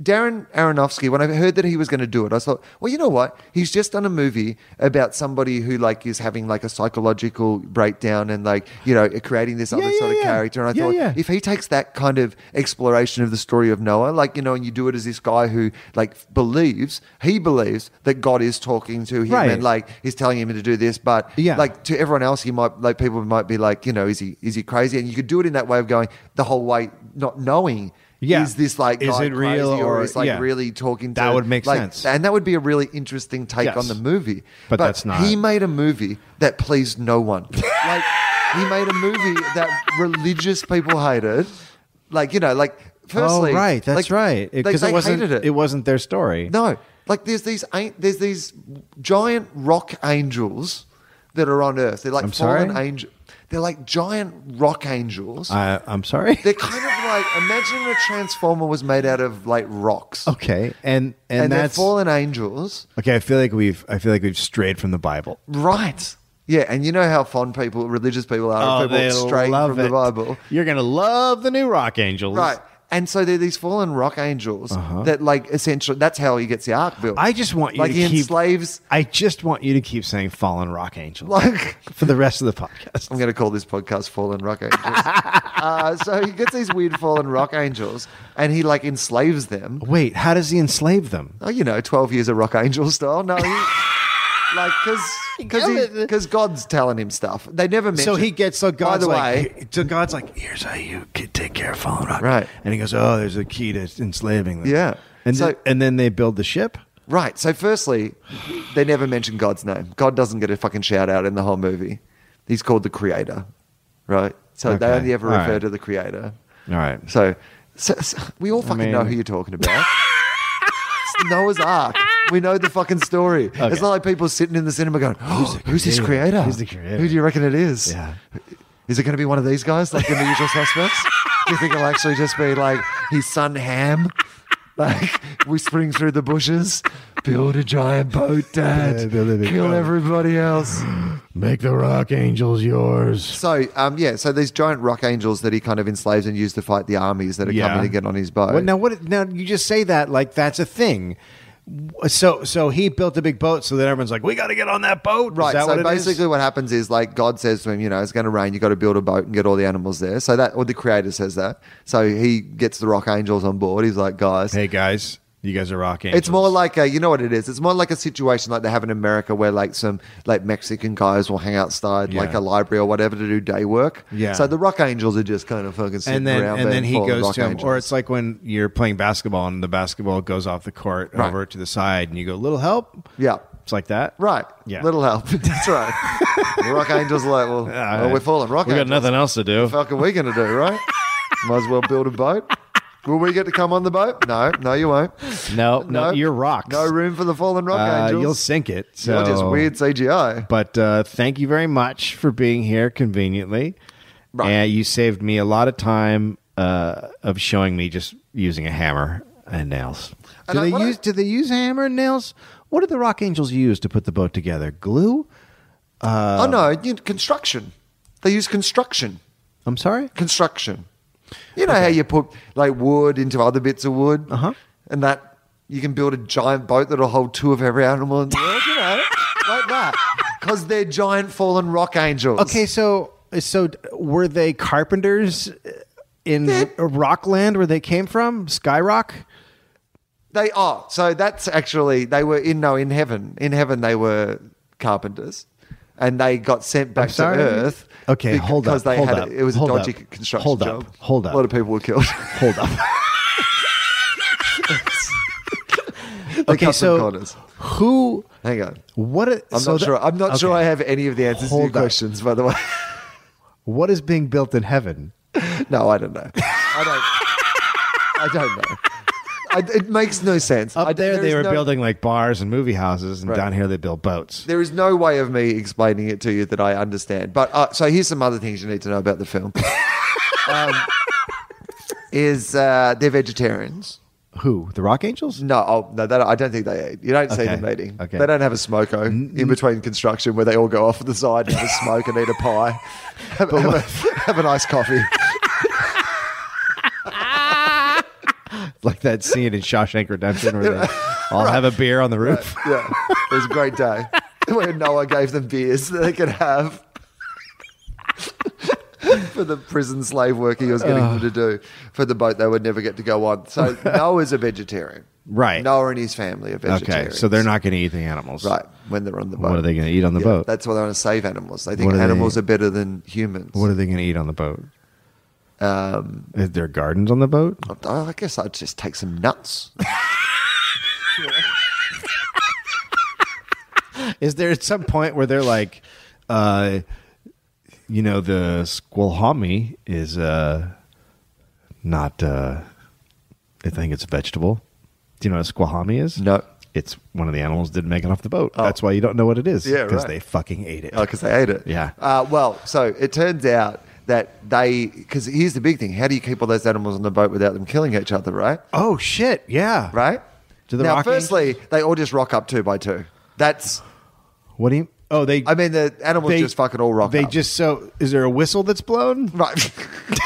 Darren Aronofsky, when I heard that he was going to do it, I thought, well, you know what? He's just done a movie about somebody who like is having like a psychological breakdown and like you know creating this other
yeah,
sort of
yeah.
character. And I
Yeah,
thought,
yeah.
if he takes that kind of exploration of the story of Noah, like you know, and you do it as this guy who like believes he believes that God is talking to him
Right.
and like he's telling him to do this, but
Yeah.
like to everyone else, you might like people might be like, you know, is he is he crazy? And you could do it in that way of going the whole way, not knowing.
Yeah.
Is this like
Is
guy
it real
crazy
or-
is like
yeah.
really talking? To,
That would make
like,
sense.
and that would be a really interesting take
Yes.
on the movie.
But that's not-
He made a movie that pleased no one. like he made a movie that religious people hated. Like you know, like firstly,
oh, right.
like,
That's right.
they-
Because
they
it wasn't.
hated
It. wasn't their story.
no, like there's these an- there's these giant rock angels that are on Earth. They're like
I'm
fallen
sorry?
angel. They're like giant rock angels.
I, I'm sorry.
They're kind of like imagine a transformer was made out of like rocks,
okay. And and,
and, they're
that's
fallen angels,
okay. I feel like we've. I feel like we've strayed from the Bible.
right? Yeah, and you know how fond people, religious people
Oh,
are, of people straying from the Bible.
You're gonna love the new Rock Angels.
Right. And so they're these fallen rock angels that, like, essentially, that's how he gets the ark built.
Uh-huh. I just want you
like
to
he
keep-
enslaves.
I just want you to keep saying "Fallen Rock Angels"
Like-
for the rest of the podcast.
I'm going to call this podcast Fallen Rock Angels. uh, so he gets these weird fallen rock angels and he like enslaves them.
Wait, how does he enslave them?
Oh, you know, 12 years of rock angel style. No, he, like, because because God's telling him stuff. They never mention
So he gets so
By
God's
the
like,
way,
so God's like, here's how you could take care of fallen rock,
Right.
And he goes, oh, there's a key to enslaving them,
Yeah.
And
So-
then, and then they build the ship.
right. So, firstly, they never mention God's name. God doesn't get a fucking shout out in the whole movie. He's called the Creator, right? So they
Okay.
only ever
All
refer
right.
to the Creator.
All right,
So, so, so we all fucking
mean-
know who you're talking about. it's Noah's Ark. We know the fucking story. It's not like people sitting in the cinema going, oh, "Who's his creator?
creator? Who's the creator?"
Who do you reckon it is?
Yeah.
Is it going to be one of these guys, like in The Usual Suspects? Do you think it'll actually just be like his son Ham, like whispering through the bushes, build a giant boat, Dad,
Yeah, build a big
kill
boat."
everybody else?
make the rock angels yours.
So, um, yeah, so these giant rock angels that he kind of enslaves and used to fight the armies that are
Yeah.
coming to get on his boat.
Well, now what? Now you just say that like that's a thing. So so he built a big boat, so that everyone's like, we got to get on that boat, Is
Right.
that
so
what it is?
basically, what happens is like God says to him, you know, it's going to rain. You got to build a boat and get all the animals there. So that, or the Creator says that. So he gets the rock angels on board. He's like, guys.
hey guys, you guys are rock angels.
It's more like a, you know what it is. It's more like a situation like they have in America where like some like Mexican guys will hang outside like
Yeah.
a library or whatever to do day work.
Yeah.
So the rock angels are just kind of fucking sitting
and then
around.
and then
being
he
fallen
goes
rock
to him,
angels.
or it's like when you're playing basketball and the basketball goes off the court
Right.
over to the side, and you go, little help.
yeah.
It's like that,
Right.
Yeah.
Little help. That's right. the rock angels are like, well, well, we're falling rock
We got
angels.
nothing else to do.
fuck are we going to do, right? Might as well build a boat. Will we get to come on the boat? No, no, you won't.
No, no, you're rocks.
No room for the fallen rock
Uh,
angels.
You'll sink it. So
You're just weird CGI.
But uh, thank you very much for being here conveniently.
Right.
And you saved me a lot of time uh, of showing me just using a hammer and nails.
And
Do
I-
they
what I-
use do they use hammer and nails? What do the Rock Angels use to put the boat together? Glue? Um,
oh no, you, construction. They use construction.
I'm sorry?
Construction. You know how you put like wood into other bits of wood,
Uh-huh.
and that you can build a giant boat that'll hold two of every animal in the world. You know, like that, because they're giant fallen rock angels.
Okay, so so d- were they carpenters uh, in Rockland where they came from? Skyrock?
They are. So that's actually they were in no in heaven. In heaven they were carpenters. And they got sent back to
sorry?
Earth.
Okay,
bec-
hold
because
up,
they
hold
had
up,
it was
hold
a dodgy
up,
construction
hold up,
job.
hold
A lot
up.
of people were killed.
Hold up.
They
okay,
cut some
so
corners.
who?
hang on.
What? A,
I'm
so
not
the-
sure. I'm not sure
okay.
I have any of the answers to
Hold
your
up.
questions. By the way,
What is being built in heaven?
no, I don't know. I don't. I don't know. I, it makes no sense.
Up
I-
there,
is
they were
no-
building like bars and movie houses, and
Right.
down here they build boats.
There is no way of me explaining it to you that I understand. But uh, so here's some other things you need to know about the film. um, is uh, they're vegetarians?
Who? The Rock Angels?
No, oh, no, that, I don't think they eat. You don't see
Okay.
them eating.
Okay.
They don't have a smoko in between construction where they all go off to the side and have a smoke and eat a pie, have, have a, have a nice coffee.
Like that scene in Shawshank Redemption where they all have a beer on the roof.
Yeah, it was a great day where Noah gave them beers that they could have for the prison slave work he was getting them to do for the boat they would never get to go on. So Noah's a vegetarian,
Right.
Noah and his family are
Okay,
vegetarians.
so they're not going to eat the animals.
right when they're on the boat.
What are they going to eat on the
Yeah,
boat?
That's why they want to save animals. They think
What are they-
animals are better than humans.
What are they going to eat on the boat?
um,
Is there gardens on the boat?
I I guess I'd just take some nuts.
Is there at some point where they're like, uh, you know, the squalhami is uh, not, uh, I think it's a vegetable. Do you know what a squalhami is? Oh.
No.
It's one of the animals didn't make it off the boat. That's why you don't know what it is.
Yeah,
Because
right.
they fucking ate it.
Oh, because they ate it.
Yeah.
Uh, well, so it turns out that they, because here's the big thing: how do you keep all those animals on the boat without them killing each other? Right.
Oh, shit. Yeah.
Right.
Do the
now,
Rock
firstly, they all just rock up two by two. That's,
What do you. Oh, they.
I mean, the animals
they
just fucking all rock
They
up.
just so. Is there a whistle that's blown?
Right.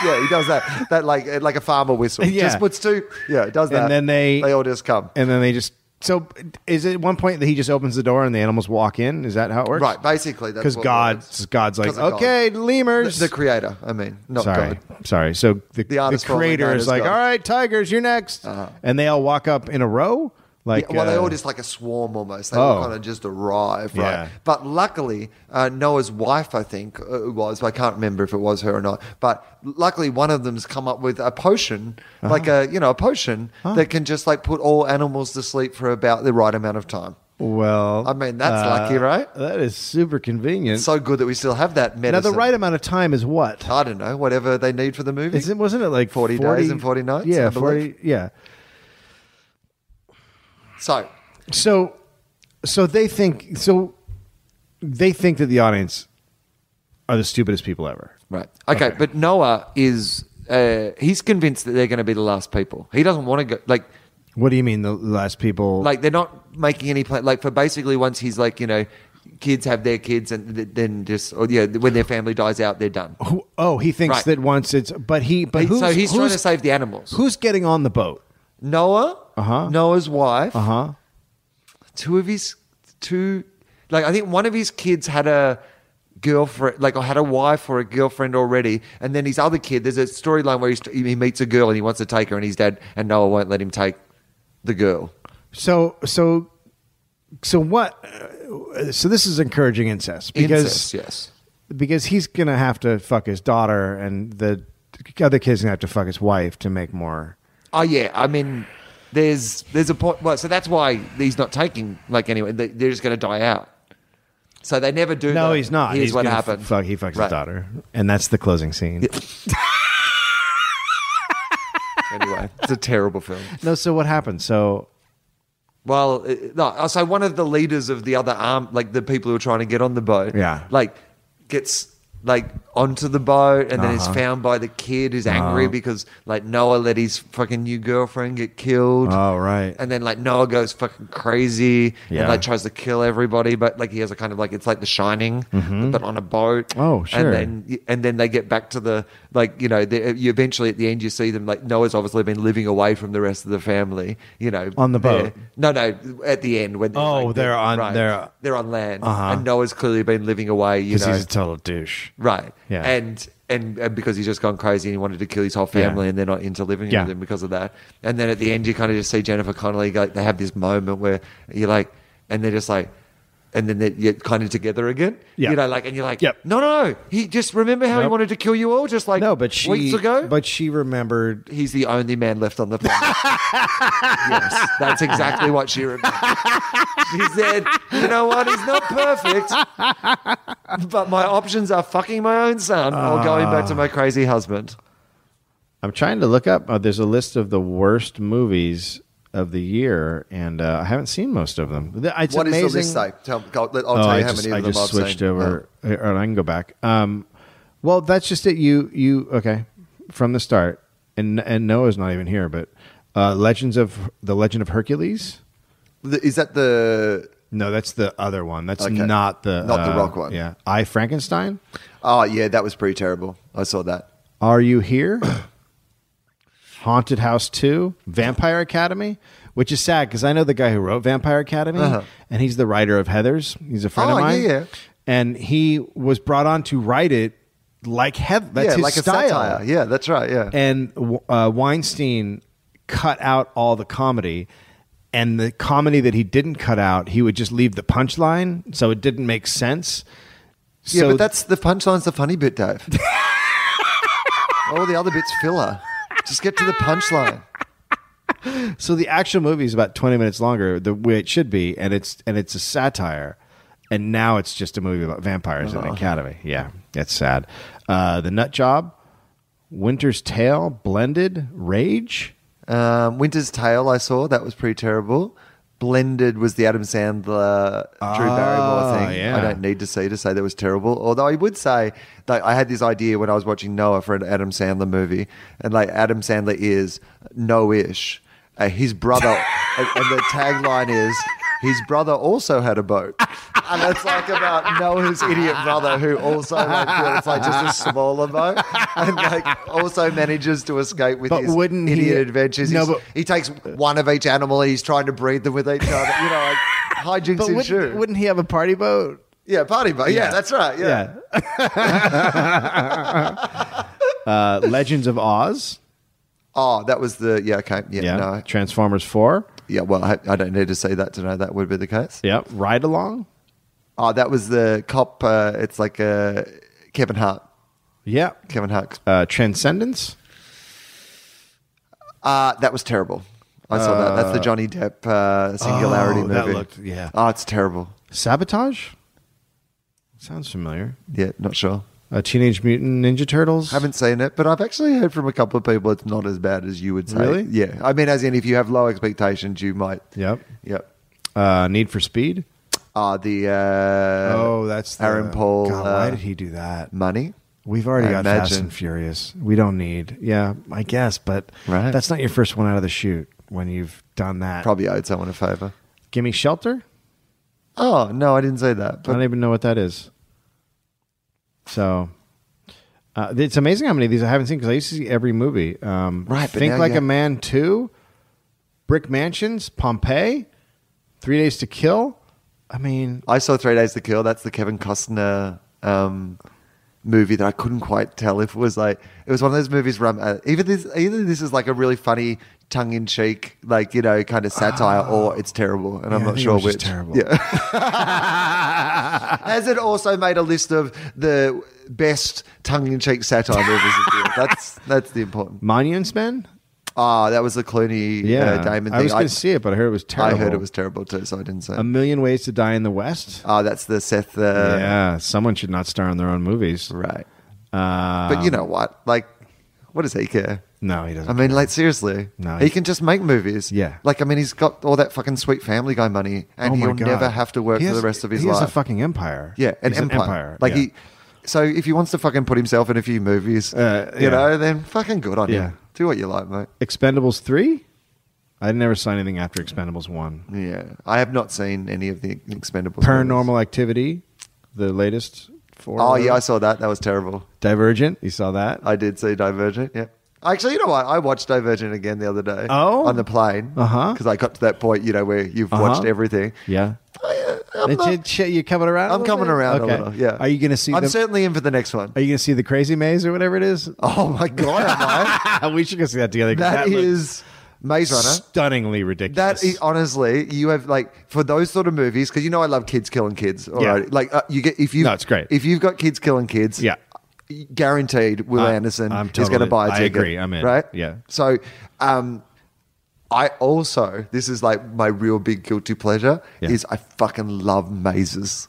yeah, he does that. That like uh, like a farmer whistle.
Yeah.
Just puts two. Yeah, it does that.
And then they-
they all just come.
And then they just. So is it one point that he just opens the door and the animals walk in? Is that how it works?
Right. Basically, that's
because
what
God,
works.
God's like,
'Cause of God.
okay, lemurs.
the creator. I mean, not
sorry,
God.
sorry. So the, the,
artist formerly
creator
known
is
as
like,
God. Uh-huh.
all right, tigers, you're next, and they all walk up in a row. Like,
yeah, well, they
uh,
all just like a swarm almost. They
Oh.
all kind of just arrive, right?
Yeah.
But luckily, uh, Noah's wife, I think uh, it was, I can't remember if it was her or not, but luckily one of them's come up with a potion,
Oh.
like a, you know, a potion that can just like put all animals to sleep for about the right amount of time.
uh, well, uh,
I mean, that's lucky, right?
That is super convenient.
It's so good that we still have that
now,
medicine.
the right amount of time is what?
I don't know, whatever they need for the movie.
Is it wasn't it like
40 days and 40 nights,
Yeah,
I believe.
forty. Yeah.
so,
So, so they think so. They think that the audience are the stupidest people ever.
Right. Okay, but Noah is uh, he's convinced that they're going to be the last people. He doesn't want to go like
What do you mean the last people?
like they're not making any plan. Like for basically once he's like you know, kids have their kids and th- then just or yeah when their family dies out they're done.
Who, oh, he thinks
Right.
that once it's but he but who's,
so he's
who's,
trying to save the animals.
who's getting on the boat?
Noah,
Uh-huh.
Noah's wife,
Uh huh.
two of his two like I think one of his kids had a girlfriend like or had a wife or a girlfriend already and then his other kid there's a storyline where he's, he meets a girl and he wants to take her and his dad and Noah won't let him take the girl
So so so what? uh, So this is encouraging incest because
Incest, yes
because he's gonna have to fuck his daughter and the other kid's gonna have to fuck his wife to make more.
Oh yeah, I mean, there's there's a point. Well, so that's why he's not taking like anyway. They, they're just going to die out. So they never do.
No,
that.
he's not.
Here's
he's
what
gonna
happened.
Fuck, he fucks
Right.
his daughter, and that's the closing scene.
Anyway, it's a terrible film.
No, so what happened? So
Well, uh, no. So one of the leaders of the other arm, like the people who are trying to get on the boat,
Yeah.
like gets like
onto the boat and then is
Uh-huh.
found by the kid who's angry because like Noah let his fucking new girlfriend get killed.
Oh, right.
And then like Noah goes fucking crazy
Yeah.
and like tries to kill everybody, but like he has a kind of like it's like The Shining, but on a boat.
Mm-hmm. Oh, sure.
And then and then they get back to the like you know the, you eventually at the end you see them like Noah's obviously been living away from the rest of the family, you know,
On the
they're-
boat.
No, no, at the end when
Oh,
like,
they're on- they're-
they're on land,
Uh-huh.
and Noah's clearly been living away, you
because
know,
he's a total douche.
right?
Yeah.
and. And, and because he's just gone crazy and he wanted to kill his whole
Yeah.
family, and they're not into living
Yeah.
with him because of that. And then at the end, you kind of just see Jennifer Connelly. Like they have this moment where you're like, and they're just like, and then they're you're kind of together again.
Yeah.
You know, like, and you're like,
Yep.
no, no, no. He just remember how he
Nope.
wanted to kill you all, just like
No, but she
weeks ago.
But she remembered.
he's the only man left on the planet. yes, that's exactly what she remembered. She said, "You know what? He's not perfect, but my options are fucking my own son or
Ah.
going back to my crazy husband."
I'm trying to look up. Uh, there's a list of the worst movies of the year, and uh, I haven't seen most of them. Th- It's
What is
amazing.
the list say? Tell, go, let, I'll
Oh,
tell
I
you how
just,
many
I
of them
just
I've
switched
seen. Oh.
over, or I can go back. Um, well, that's just it. You, you, okay, from the start, and and Noah's not even here, but uh, Legends of the Legend of Hercules.
Yeah. The- Is that the?
No, that's the other one. That's
Okay.
not the
Not the
uh,
rock one.
Yeah, I Frankenstein.
Oh yeah, that was pretty terrible. I saw that.
Are you here? Haunted House Two, Vampire Academy, which is sad because I know the guy who wrote Vampire Academy, and he's the writer of Heather's. He's a friend
Uh-huh. Oh,
of
yeah,
mine,
yeah.
and he was brought on to write it like Heather. That's
yeah,
his
like
style.
a satire. Yeah, that's right. Yeah.
And uh, Weinstein cut out all the comedy. And the comedy that he didn't cut out, he would just leave the punchline, so it didn't make sense.
yeah,
So
but that's the punchline's the funny bit, Dave. All the other bits filler. Just get to the punchline.
So the actual movie is about twenty minutes longer, the way it should be, and it's and it's a satire. And now it's just a movie about vampires in the academy. Yeah, it's sad. Uh, the Nut Job, Winter's Tale, Blended, Rage.
Um, Winter's Tale, I saw that was pretty terrible. Blended was the Adam Sandler Drew Barrymore thing.
yeah.
I don't need to see to say that was terrible. Although I would say that I had this idea when I was watching Noah for an Adam Sandler movie, and like Adam Sandler is no-ish. Uh, his brother, and, and the tagline is his brother also had a boat, and it's like about Noah's idiot brother who also like built- it's like just a smaller boat, and like also manages to escape with
But
his
wouldn't he-
idiot adventures.
No,
He's-
but-
he takes one of each animal and he's trying to breed them with each other. You know, like hijinks
But
and
wouldn't,
shoe.
wouldn't he have a party boat?
yeah, party boat. Yeah,
Yeah.
that's right. Yeah.
uh, Legends of Oz.
Oh, that was the yeah. Okay. Yeah.
Yeah.
No.
Transformers Four.
Yeah. Well, I, I don't need to say that to know that would be the case.
Yeah. Ride Along.
Oh, that was the cop. Uh, it's like uh, Kevin Hart.
Yeah.
Kevin Hart.
Uh, Transcendence.
Uh, that was terrible. I saw that. That's the Johnny Depp uh, Singularity
Oh,
movie.
that looked- yeah.
Oh, it's terrible.
Sabotage. Sounds familiar.
Yeah, not sure.
Uh, Teenage Mutant Ninja Turtles.
Haven't seen it, but I've actually heard from a couple of people it's not as bad as you would say.
Really?
Yeah. I mean, as in, if you have low expectations, you might.
Yep.
Yep.
Uh, Need for Speed.
Uh, the uh,
oh, that's the,
Aaron Paul.
God,
uh,
why did he do that?
money?
We've already
I
got Fast
imagine.
and Furious. We don't need. Yeah, I guess, but
Right.
that's not your first one out of the chute when you've done that.
Probably owed someone a favor.
Gimme Shelter.
Oh no, I didn't say that.
I
But
don't even know what that is. So. Uh, it's amazing how many of these I haven't seen because I used to see every movie. Um,
Right, but
Think
now
Like
you-
a Man 2, Brick Mansions, Pompeii, Three Days to Kill. I mean,
I saw Three Days to Kill. That's the Kevin Costner um, movie that I couldn't quite tell if it was like it was one of those movies where I'm uh, even this either this is like a really funny tongue in cheek like you know kind of satire or it's terrible and I'm
Ah. Yeah, I
not
think it
sure
was
which.
just terrible.
Yeah. Has it also made a list of the best tongue in cheek satire movies? of the year? That's that's the important.
Monuments Men.
Ah, that was the Clooney
Yeah,
uh, Damon thing.
I was going to see it, but I heard it was
I
terrible.
heard it was terrible too, so I didn't say.
A
it.
Million Ways to Die in the West.
Ah, that's the Seth. Uh,
yeah, someone should not star in their own movies.
Right.
Uh,
But you know what? Like, what does he care?
no, he doesn't.
I mean, like, seriously.
No,
he
he-
can just make movies.
Yeah.
Like, I mean, he's got all that fucking sweet family guy money and
Oh my
he'll
God.
never have to work
He
for
has-
the rest of his
he
life.
He's a fucking empire.
yeah, an
He's
empire. Like,
yeah.
he. So if he wants to fucking put himself in a few movies,
Uh, yeah.
you know, then fucking good on
Yeah.
him. Do what you like, mate.
Expendables three. I never saw anything after Expendables one.
Yeah, I have not seen any of the Expendables. movies.
Paranormal Activity, the latest four.
Oh yeah, Uh, I saw that. That was terrible.
Divergent. You saw that?
I did see Divergent. Yeah. Actually, you know what? I watched Divergent again the other day.
Oh.
on the plane.
Uh-huh.
Because I got to that point, you know, where you've watched
Uh-huh.
everything.
yeah.
I, uh, I'm,
It-
not-
it- shit, you coming around? a
I'm
little
coming
bit?
around
Okay.
a little. Yeah.
Are you going to see?
I'm
the,
certainly in for the next one.
Are you going to see the Crazy Maze or whatever it is?
Oh my god, am I?
we should go see that together. 'cause
Uh, that
looks
is Maze Runner.
stunningly ridiculous.
That is, honestly, you have like for those sort of movies because you know I love kids killing kids. All
Yeah.
right, like uh, you get if you
No, it's great.
if you've got kids killing kids.
Yeah.
guaranteed Will
I-
Anderson
I'm
is going to
totally-
buy a
I
ticket.
agree, I'm in.
Right?
Yeah.
So, um, I also this is like my real big guilty pleasure
Yeah.
is I fucking love mazes.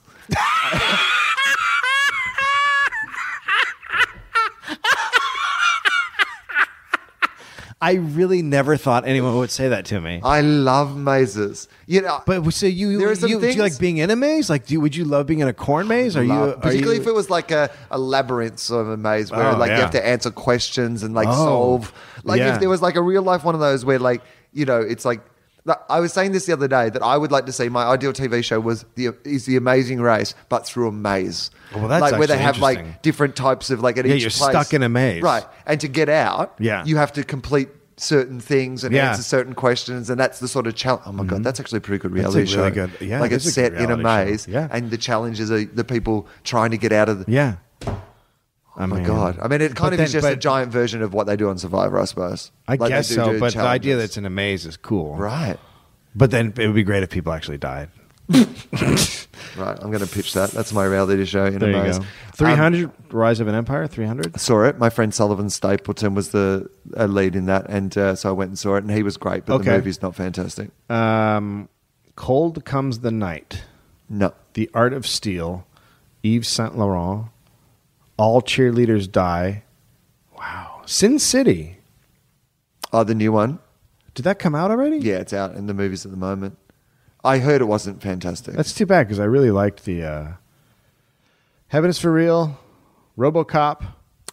I really never thought anyone would say that to me.
I love mazes. You know,
But so you,
Uh, There are
you,
some
do you like
things-
being in a maze? Like, do you- would you love being in a corn maze? Are you
love-
are
particularly
you-
if it was like a, a labyrinth sort of a maze where
Oh,
like you
yeah.
have to answer questions and like
Oh,
solve like
yeah.
if there was like a real life one of those where like you know it's like like, I was saying this the other day that I would like to see my ideal TV show was the is the Amazing Race, but through a maze.
Well, that's
like where they
actually
have like
interesting.
different types of like at
Yeah,
each
you're
place.
stuck in a maze.
right? And to get out,
Yeah.
you have to complete certain things and
Yeah. Mm-hmm.
answer certain questions, and that's the sort of challenge. Oh my god, that's actually a pretty good
That's a
reality show.
really good- yeah,
like
it is
it's
a
set
good
in a
reality show.
maze,
Yeah.
and the challenges are the people trying to get out of the.
yeah. I
Oh my
mean-
god! I mean, it kind
But
of is
then-
just a
but-
giant version of what they do on Survivor, I suppose.
I
Like, they
guess
do
so,
do
but the idea that
challenges.
it's in a maze is cool.
right,
But then it would be great if people actually died.
right. I'm going to pitch that. That's my reality show in
There
a
you
maze.
go.
Um,
300, Rise of an Empire, 300?
saw it. My friend Sullivan Stapleton was the uh, lead in that, and uh, so I went and saw it, and he was great. But the
Okay.
movie's not fantastic.
Um, Cold Comes the Night,
No,
The Art of Steel, Yves Saint Laurent, All Cheerleaders Die. Wow. Sin City.
oh, the new one.
Did that come out already?
Yeah, it's out in the movies at the moment. I heard it wasn't fantastic.
That's too bad because I really liked the uh, Heaven is for Real, Robocop.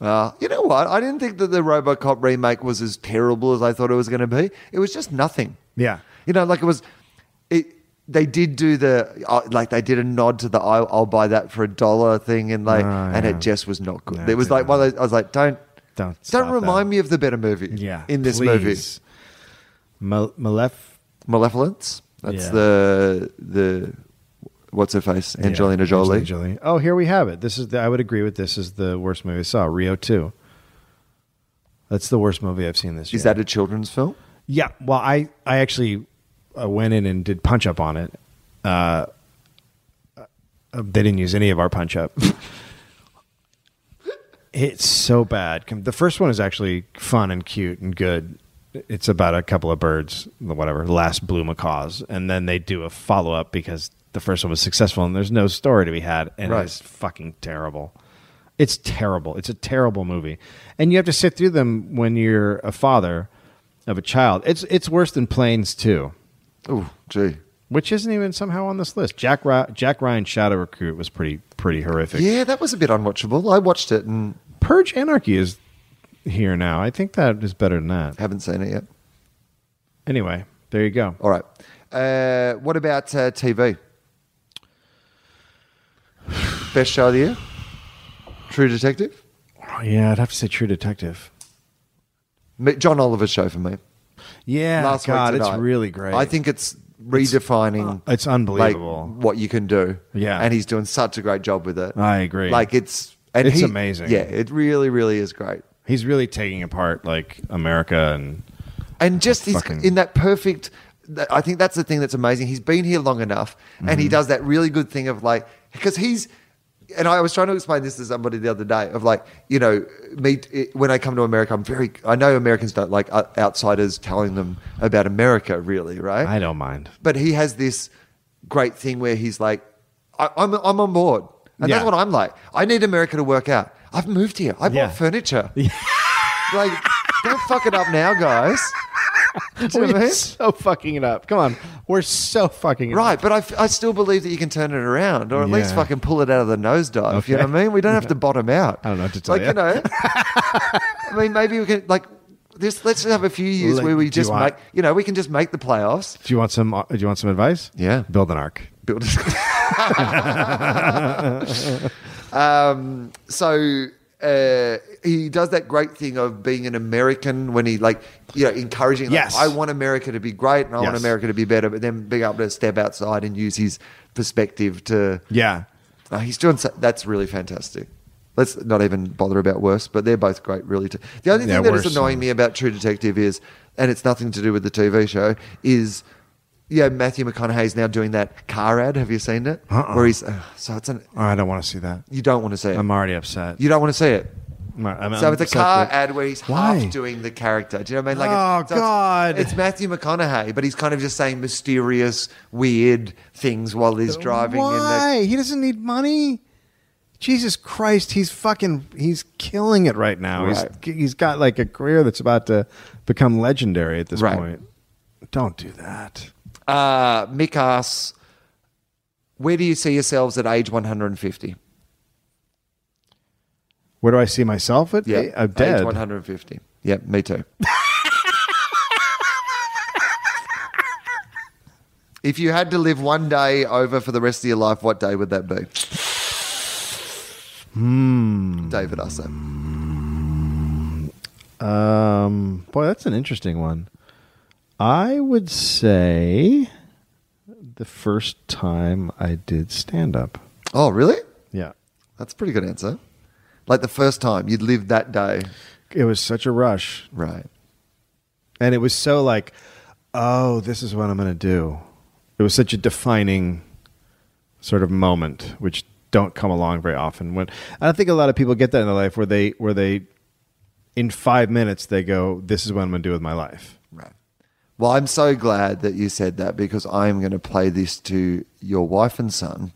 Uh, you know what? I didn't think that the RoboCop remake was as terrible as I thought it was going to be. It was just nothing.
Yeah.
You know, like it was. It they did do the uh, like they did a nod to the I'll, I'll buy that for a dollar thing, and like
Oh,
and
yeah.
it just was not good.
No,
it was like one of those. I was like, don't
Don't
don't
stop
remind
that.
me of the better movie.
Yeah.
in this movie,
please. Mal- Malef.
Malevolence. That's
Yeah.
the the what's her face Angelina
Yeah,
Jolie.
Angelina Jolie. Oh, here we have it. This is the, I would agree with this is the worst movie I saw. Rio two. That's the worst movie I've seen this year.
Is that a children's film?
yeah. Well, I I actually uh, went in and did punch up on it. Uh, uh, they didn't use any of our punch up. it's so bad. Com- The first one is actually fun and cute and good. It's about a couple of birds, whatever, last blue macaws, and then they do a follow up because the first one was successful and there's no story to be had, and
Right.
it's fucking terrible. It's terrible. It's a terrible movie, and you have to sit through them when you're a father of a child. It's it's worse than Planes too
Oh, gee.
which isn't even somehow on this list. Jack Ry- Jack Ryan Shadow Recruit was pretty pretty horrific.
Yeah, that was a bit unwatchable. I watched it and
Purge Anarchy is here now. I think that is better than that.
haven't seen it yet.
Anyway, there you go.
All right. Uh, what about uh, TV? Best show of the year? True Detective?
Oh, yeah, I'd have to say True Detective.
Me- John Oliver's show for me.
Yeah,
Last week
God, it's
tonight.
really great.
I think it's redefining.
it's unbelievable.
like, what you can do.
Yeah.
and he's doing such a great job with it.
I agree.
Like it's and
It's
he-
amazing.
Yeah, it really, really is great.
he's really taking apart like America and
and just he's
Fucking-
in that perfect. that- I think that's the thing that's amazing. He's been here long enough, and he does that really good thing of like because he's. And I was trying to explain this to somebody the other day of like you know me it- when I come to America, I'm very I know Americans don't like o- outsiders telling them about America, really, right?
I don't mind.
but he has this great thing where he's like, I, I'm, I'm on board. And
Yeah.
that's what I'm like. I need America to work out. I've moved here. I bought
Yeah.
furniture. like, don't fuck it up now, guys. you know what I
We're
mean?
so fucking it up. Come on. We're so fucking it
Right, but I, f- I still believe that you can turn it around, or at least
Yeah.
fucking pull it out of the nosedive. You know
Okay.
what I mean? We don't have to bottom out.
I don't know what to tell
like,
you.
you. know, I mean, maybe we can like this. Let's have a few years
Like,
where we
do
just
I-
make, you know, we can just make the playoffs.
Do you want some? uh, Do you want some advice?
Yeah.
Build an ark.
Build. um, so. Uh, he does that great thing of being an American when he like you know encouraging like,
Yes.
I want America to be great and I want
Yes.
America to be better but then being able to step outside and use his perspective to
Yeah.
Oh, he's doing so, that's really fantastic. Let's not even bother about worse, but they're both great, really. Too. The only
Yeah,
thing that is
Worse,
annoying
um,
me about True Detective is, and it's nothing to do with the TV show, is yeah, Matthew McConaughey's now doing that car ad. Have you seen it?
Uh-uh.
Where he's uh, so it's an
Oh, I don't want to see that.
you don't want to see it.
I'm already upset.
you don't want to see it.
I'm- I'm
So it's a
upset
car
that-
ad where he's
Why?
half doing the character. Do you know what I mean? Like,
Oh,
it's, so it's-
God.
It's, Matthew McConaughey, but he's kind of just saying mysterious, weird things while he's driving. in the,
Why? he doesn't need money. Jesus Christ, he's fucking he's killing it right now.
Right.
He's he's got like a career that's about to become legendary at this
Right.
point. Don't do that.
Uh, Mick asks, where do you see yourselves at age 150?
Where do I see myself at?
Yeah,
Eh, I'm dead.
Age 150. Yeah, me too. if you had to live one day over for the rest of your life, what day would that be?
Hmm.
David Usso.
Um, boy, that's an interesting one. I would say the first time I did stand up.
Oh, really?
Yeah.
That's a pretty good answer. Like the first time you'd live that day.
It was such a rush.
Right.
And it was so like, oh, this is what I'm going to do. It was such a defining sort of moment, which don't come along very often. When I don't think a lot of people get that in their life, where they where they in five minutes they go, this is what I'm going to do with my life.
Right. Well, I'm so glad that you said that because I'm going to play this to your wife and son.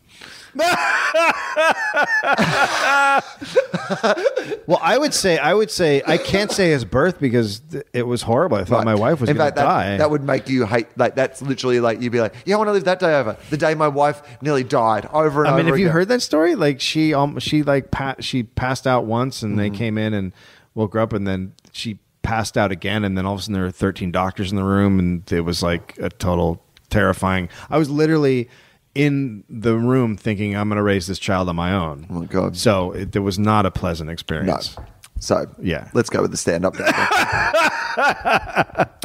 Well, I would say I would say I can't say his birth because th- it was horrible. I thought my wife was
In
going to
fact, that,
die.
That would make you hate. Like that's literally like you'd be like, yeah, I want to live that day over. The day my wife nearly died over and
I
over.
mean, have you
again.
heard that story? Like she um, she like pa- she passed out once, and they came in and woke her up, and then she passed out again, and then all of a sudden there were thirteen doctors in the room, and it was like a total terrifying. I was literally in the room thinking I'm going to raise this child on my own. Oh
my God.
So it, it was not a pleasant experience.
No. So
Yeah.
let's go with the stand up.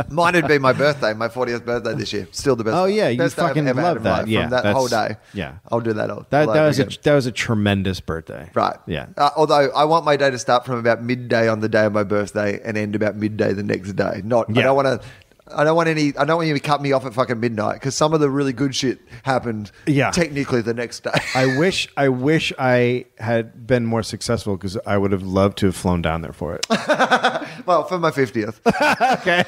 Mine would be my birthday, my 40th birthday this year. Still the best.
Oh, yeah, you
best day I've
fucking
ever had in
love that.
my life,
Yeah,
from that
that's-
whole day.
yeah.
I'll do that all.
That,
all
that
over
was a,
again.
that was a tremendous birthday.
Right.
Yeah.
Uh, although I want my day to start from about midday on the day of my birthday and end about midday the next day. Not. I
Yeah.
don't want to. I don't want any. I don't want you to cut me off at fucking midnight because some of the really good shit happened.
Yeah.
Technically, the next day.
I wish I wish I had been more successful because I would have loved to have flown down there for it.
well, for my fiftieth.
okay.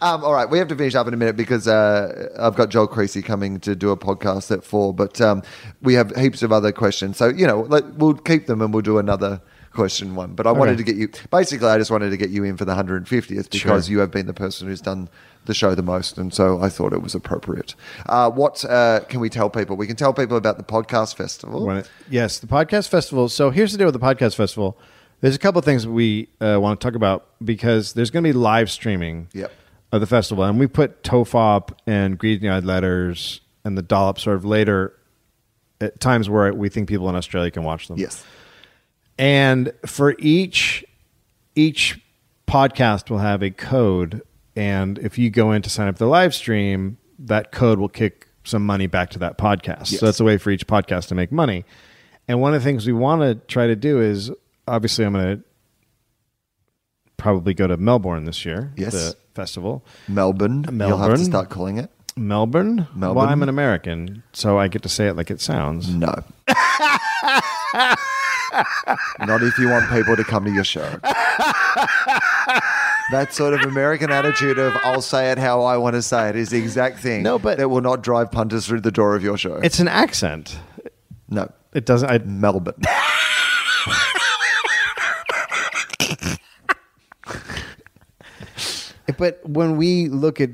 Um, all right, we have to finish up in a minute because uh, I've got Joel Creasy coming to do a podcast at four, but um, we have heaps of other questions. So, you know, let, we'll keep them and we'll do another question one. But I wanted to get you, basically, I just wanted to get you in for the 150th because
Sure.
you have been the person who's done the show the most. And so I thought it was appropriate. Uh, what uh, can we tell people? We can tell people about the podcast festival.
When it- yes, the podcast festival. So here's the deal with the podcast festival. There's a couple of things we uh, want to talk about because there's going to be live streaming
Yep.
of the festival, and we put Tofop and Greedy Eyed Letters and the Dollop sort of later at times where we think people in Australia can watch them.
Yes.
and for each each podcast will have a code and if you go in to sign up for the live stream that code will kick some money back to that podcast
Yes.
so that's a way for each podcast to make money and one of the things we want to try to do is obviously i'm going to probably go to melbourne this year
Yes.
the festival
Melbourne. You'll have to
Melbourne.
start calling it.
melbourne
Melbourne.
well i'm an american so i get to say it like it sounds
No. Not if you want people to come to your show. That sort of American attitude of "I'll say it how I want to say it" is the exact thing.
No, but-
that will not drive punters through the door of your show.
it's an accent
no,
it doesn't i
Melbourne.
It- but when we look at,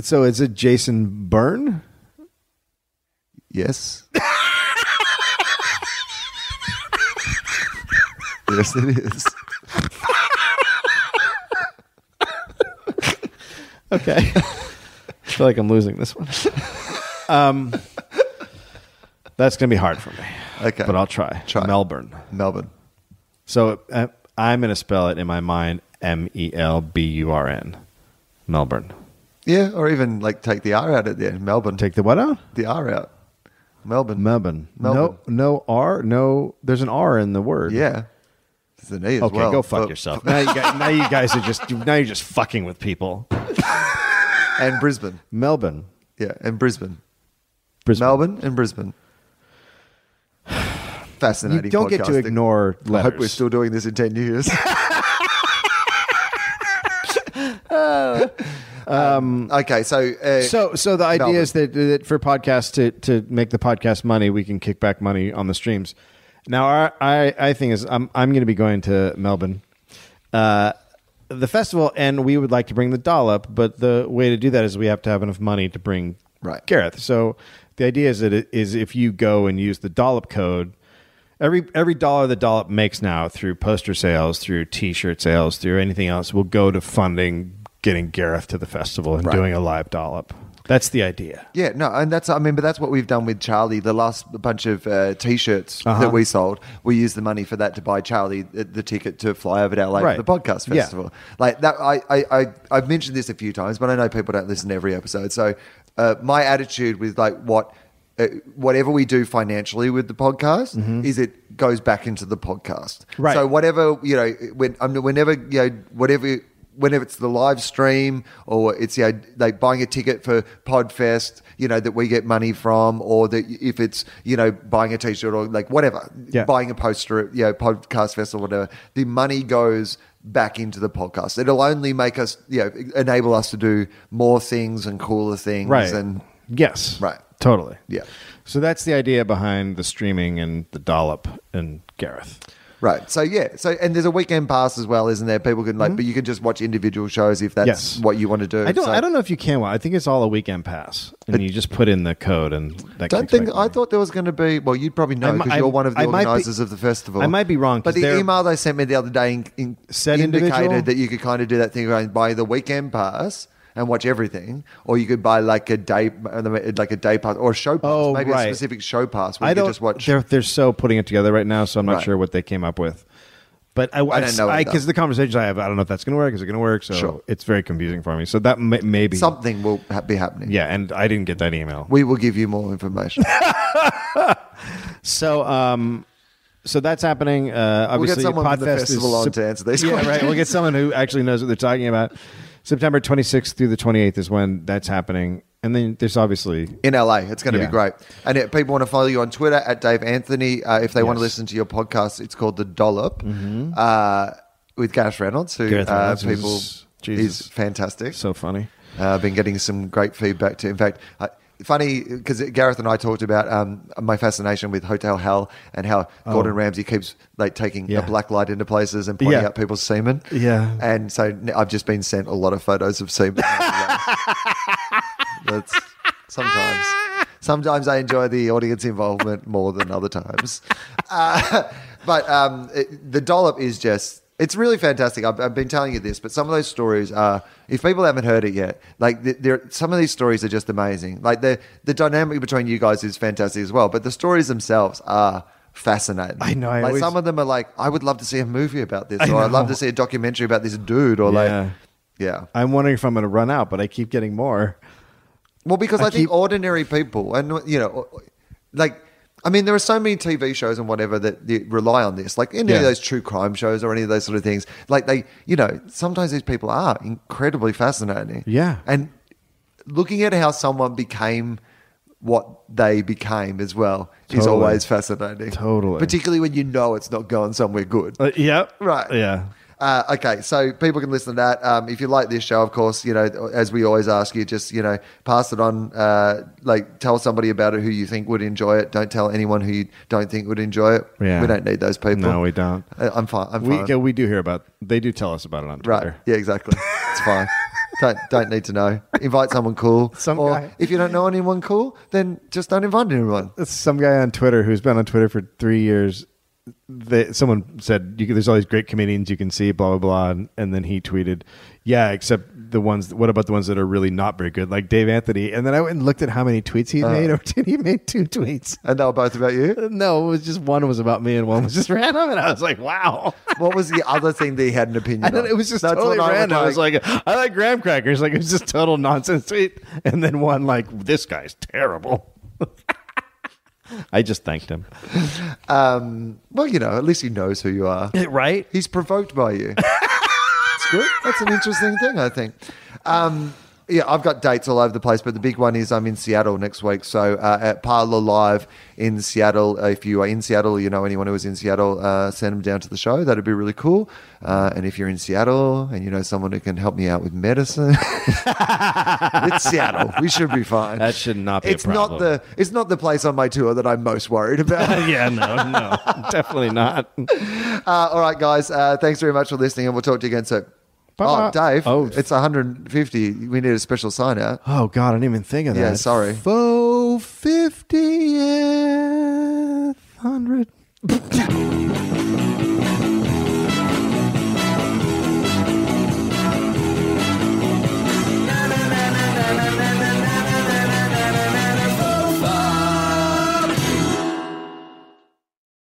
so is it Jason Byrne?
Yes. yes, it is.
Okay. I feel like I'm losing this one. Um, that's going to be hard for me.
Okay.
But I'll try.
Try.
Melbourne.
Melbourne.
So uh, I'm going to spell it in my mind M E L B U R N. Melbourne.
Yeah, or even like take the R out at the end. Melbourne.
Take the what out?
the R out. Melbourne.
Melbourne.
Melbourne.
No, no R. No, there's an R in the word.
yeah. It's an E as
Okay,
well.
go fuck
But-
yourself. Now you, guys, now you guys are just now you're just fucking with people.
And Brisbane.
Melbourne.
Yeah, and Brisbane.
Brisbane.
Melbourne and Brisbane.
You
Fascinating.
don't get to
podcasting.
ignore
I
letters.
hope we're still doing this in 10 years. um, okay, so. Uh,
Oh. So, so the idea
Melbourne.
is that, that for podcasts to, to make the podcast money, we can kick back money on the streams. Now, our, I I think is I'm I'm going to be going to Melbourne, uh, the festival, and we would like to bring the dollop, but the way to do that is we have to have enough money to bring
Right.
Gareth. So the idea is that it is if you go and use the dollop code. Every every dollar the dollop makes now through poster sales, through T-shirt sales, through anything else will go to funding getting Gareth to the festival and doing a live dollop. That's the idea.
Yeah, no, and that's I mean, but that's what we've done with Charlie. The last bunch of uh, t-shirts
Uh-huh.
that we sold, we used the money for that to buy Charlie the, the ticket to fly over to LA
Right.
for the podcast
Yeah.
festival. Like that, I, I, I I've mentioned this a few times, but I know people don't listen to every episode. So uh, my attitude with like what. Uh, whatever we do financially with the podcast is it goes back into the podcast.
Mm-hmm. Right.
So whatever you know, when I'm whenever you know whatever whenever it's the live stream or it's you know like buying a ticket for Podfest, you know that we get money from, or that if it's you know buying a T-shirt or like whatever,
Yeah.
buying a poster, at, you know, Podcast Fest or whatever, the money goes back into the podcast. It'll only make us you know enable us to do more things and cooler things
Right.
and
yes.
Right.
Totally.
Yeah.
So that's the idea behind the streaming and the dollop and Gareth.
Right. So yeah. So and there's a weekend pass as well, isn't there? People can like, but you can just watch individual shows if that's
Mm-hmm. Yes.
what you want to do.
I don't.
So-
I don't know if you can. Well, I think it's all a weekend pass, and you just put in the code and that.
Don't
kicks
think
back
I
in.
thought there was going to be. Well, you'd probably know
I mi-
because
I-
you're one of the
I might be-
organisers of the festival.
I might be wrong,
but
'cause
the
they're-
email they sent me the other day in, in-
Said
indicated
individual?
that you could kind of do that thing going buy the weekend pass and watch everything, or you could buy like a day, uh, like a day pass or a show pass,
Oh,
maybe a
right.
specific show pass where
I
you
don't.
could just watch.
They're they're so putting it together right now, so I'm not
Right.
sure what they came up with. But I,
don't know either.
because the conversations I have, I don't know if that's going to work. Is it going to work? So
Sure.
it's very confusing for me. So that may, maybe
Something will ha- be happening.
Yeah, and I didn't get that email.
we will give you more information.
So um, so that's happening. Uh,
we'll get
obviously,
someone from the
Podfest is
festival on
Sep-
to answer these.
Yeah,
questions.
right. We'll get someone who actually knows what they're talking about. September 26th through the 28th is when that's happening, and then there's obviously
in LA. It's going to
Yeah.
be great. And if people want to follow you on Twitter at Dave Anthony. Uh, if they want to
Yes. Mm-hmm.
listen to your podcast, it's called The Dollop uh, with Gareth Reynolds, who
Gareth
uh,
Reynolds
people
is- Jesus.
is fantastic.
so funny.
Uh, been getting some great feedback too. In fact, uh, funny because Gareth and I talked about um, my fascination with Hotel Hell and how Gordon Ramsay keeps like taking
Oh. Yeah.
a black light into places and pointing
Yeah.
out people's semen.
Yeah.
and so n- I've just been sent a lot of photos of semen. That's sometimes. Sometimes I enjoy the audience involvement more than other times. Uh, but um, it, the dollop is just. It's really fantastic. I've, I've been telling you this, but some of those stories are, if people haven't heard it yet, like th- there, some of these stories are just amazing. Like the the dynamic between you guys is fantastic as well, but the stories themselves are fascinating.
I know, I
like
always-
some of them are like, I would love to see a movie about this,
I
or I'd love
know.
to see a documentary about this dude, or
Yeah.
like, yeah.
I'm wondering if I'm going to run out, but I keep getting more.
Well, because
I
I, think
keep-
ordinary people, and you know, like, I mean, there are so many TV shows and whatever that they rely on this, like any
Yeah.
of those true crime shows or any of those sort of things. Like they, you know, sometimes these people are incredibly fascinating.
Yeah.
and looking at how someone became what they became as well is
Totally.
always fascinating.
Totally.
particularly when you know it's not going somewhere good.
Uh, yep.
Right.
Yeah.
Uh, okay, so people can listen to that. Um, if you like this show, of course, you know, as we always ask you, just, you know, pass it on. Uh, like, tell somebody about it who you think would enjoy it. Don't tell anyone who you don't think would enjoy it.
Yeah.
We don't need those people.
No, we don't.
I- I'm fine. I'm
We
fine.
yeah, we do hear about. They do tell us about it on
right.
Twitter.
Yeah, exactly. It's fine. don't don't need to know. Invite someone cool.
Some
or
guy.
if you don't know anyone cool, then just don't invite anyone.
It's some guy on Twitter who's been on Twitter for three years. They, someone said, you, can- "There's all these great comedians you can see." Blah blah blah, and, and then he tweeted, "Yeah, except the ones. What about the ones that are really not very good, like Dave Anthony?" And then I went and looked at how many tweets he made. Or did he made two tweets?
And they were both about you.
No, it was just one was about me and one was just random. And I was like, "Wow."
What was the other thing that he had an opinion?
And then
on?
it was just
That's
totally
what I would
random. I was like, I like graham crackers. Like it was just total nonsense tweet. And then one like, this guy's terrible. I just thanked him.
um, well, you know, at least he knows who you are.
Right?
He's provoked by you. That's good. That's an interesting thing, I think. Um, yeah, I've got dates all over the place, but the big one is I'm in Seattle next week. So uh, at Parlor Live in Seattle, uh, if you are in Seattle, you know anyone who is in Seattle, uh, send them down to the show. That'd be really cool. Uh, and if you're in Seattle and you know someone who can help me out with medicine, it's Seattle. We should be fine.
That should not be a
It's not
problem.
the it's not the place on my tour that I'm most worried about.
yeah, no, no. definitely not.
Uh, all right, guys. Uh, thanks very much for listening, and we'll talk to you again soon.
Bye-bye.
Oh, Dave,
Oh.
it's 150. We need a special sign out.
Oh God, I didn't even think of that.
Yeah, sorry.
Faux fiftieth hundred.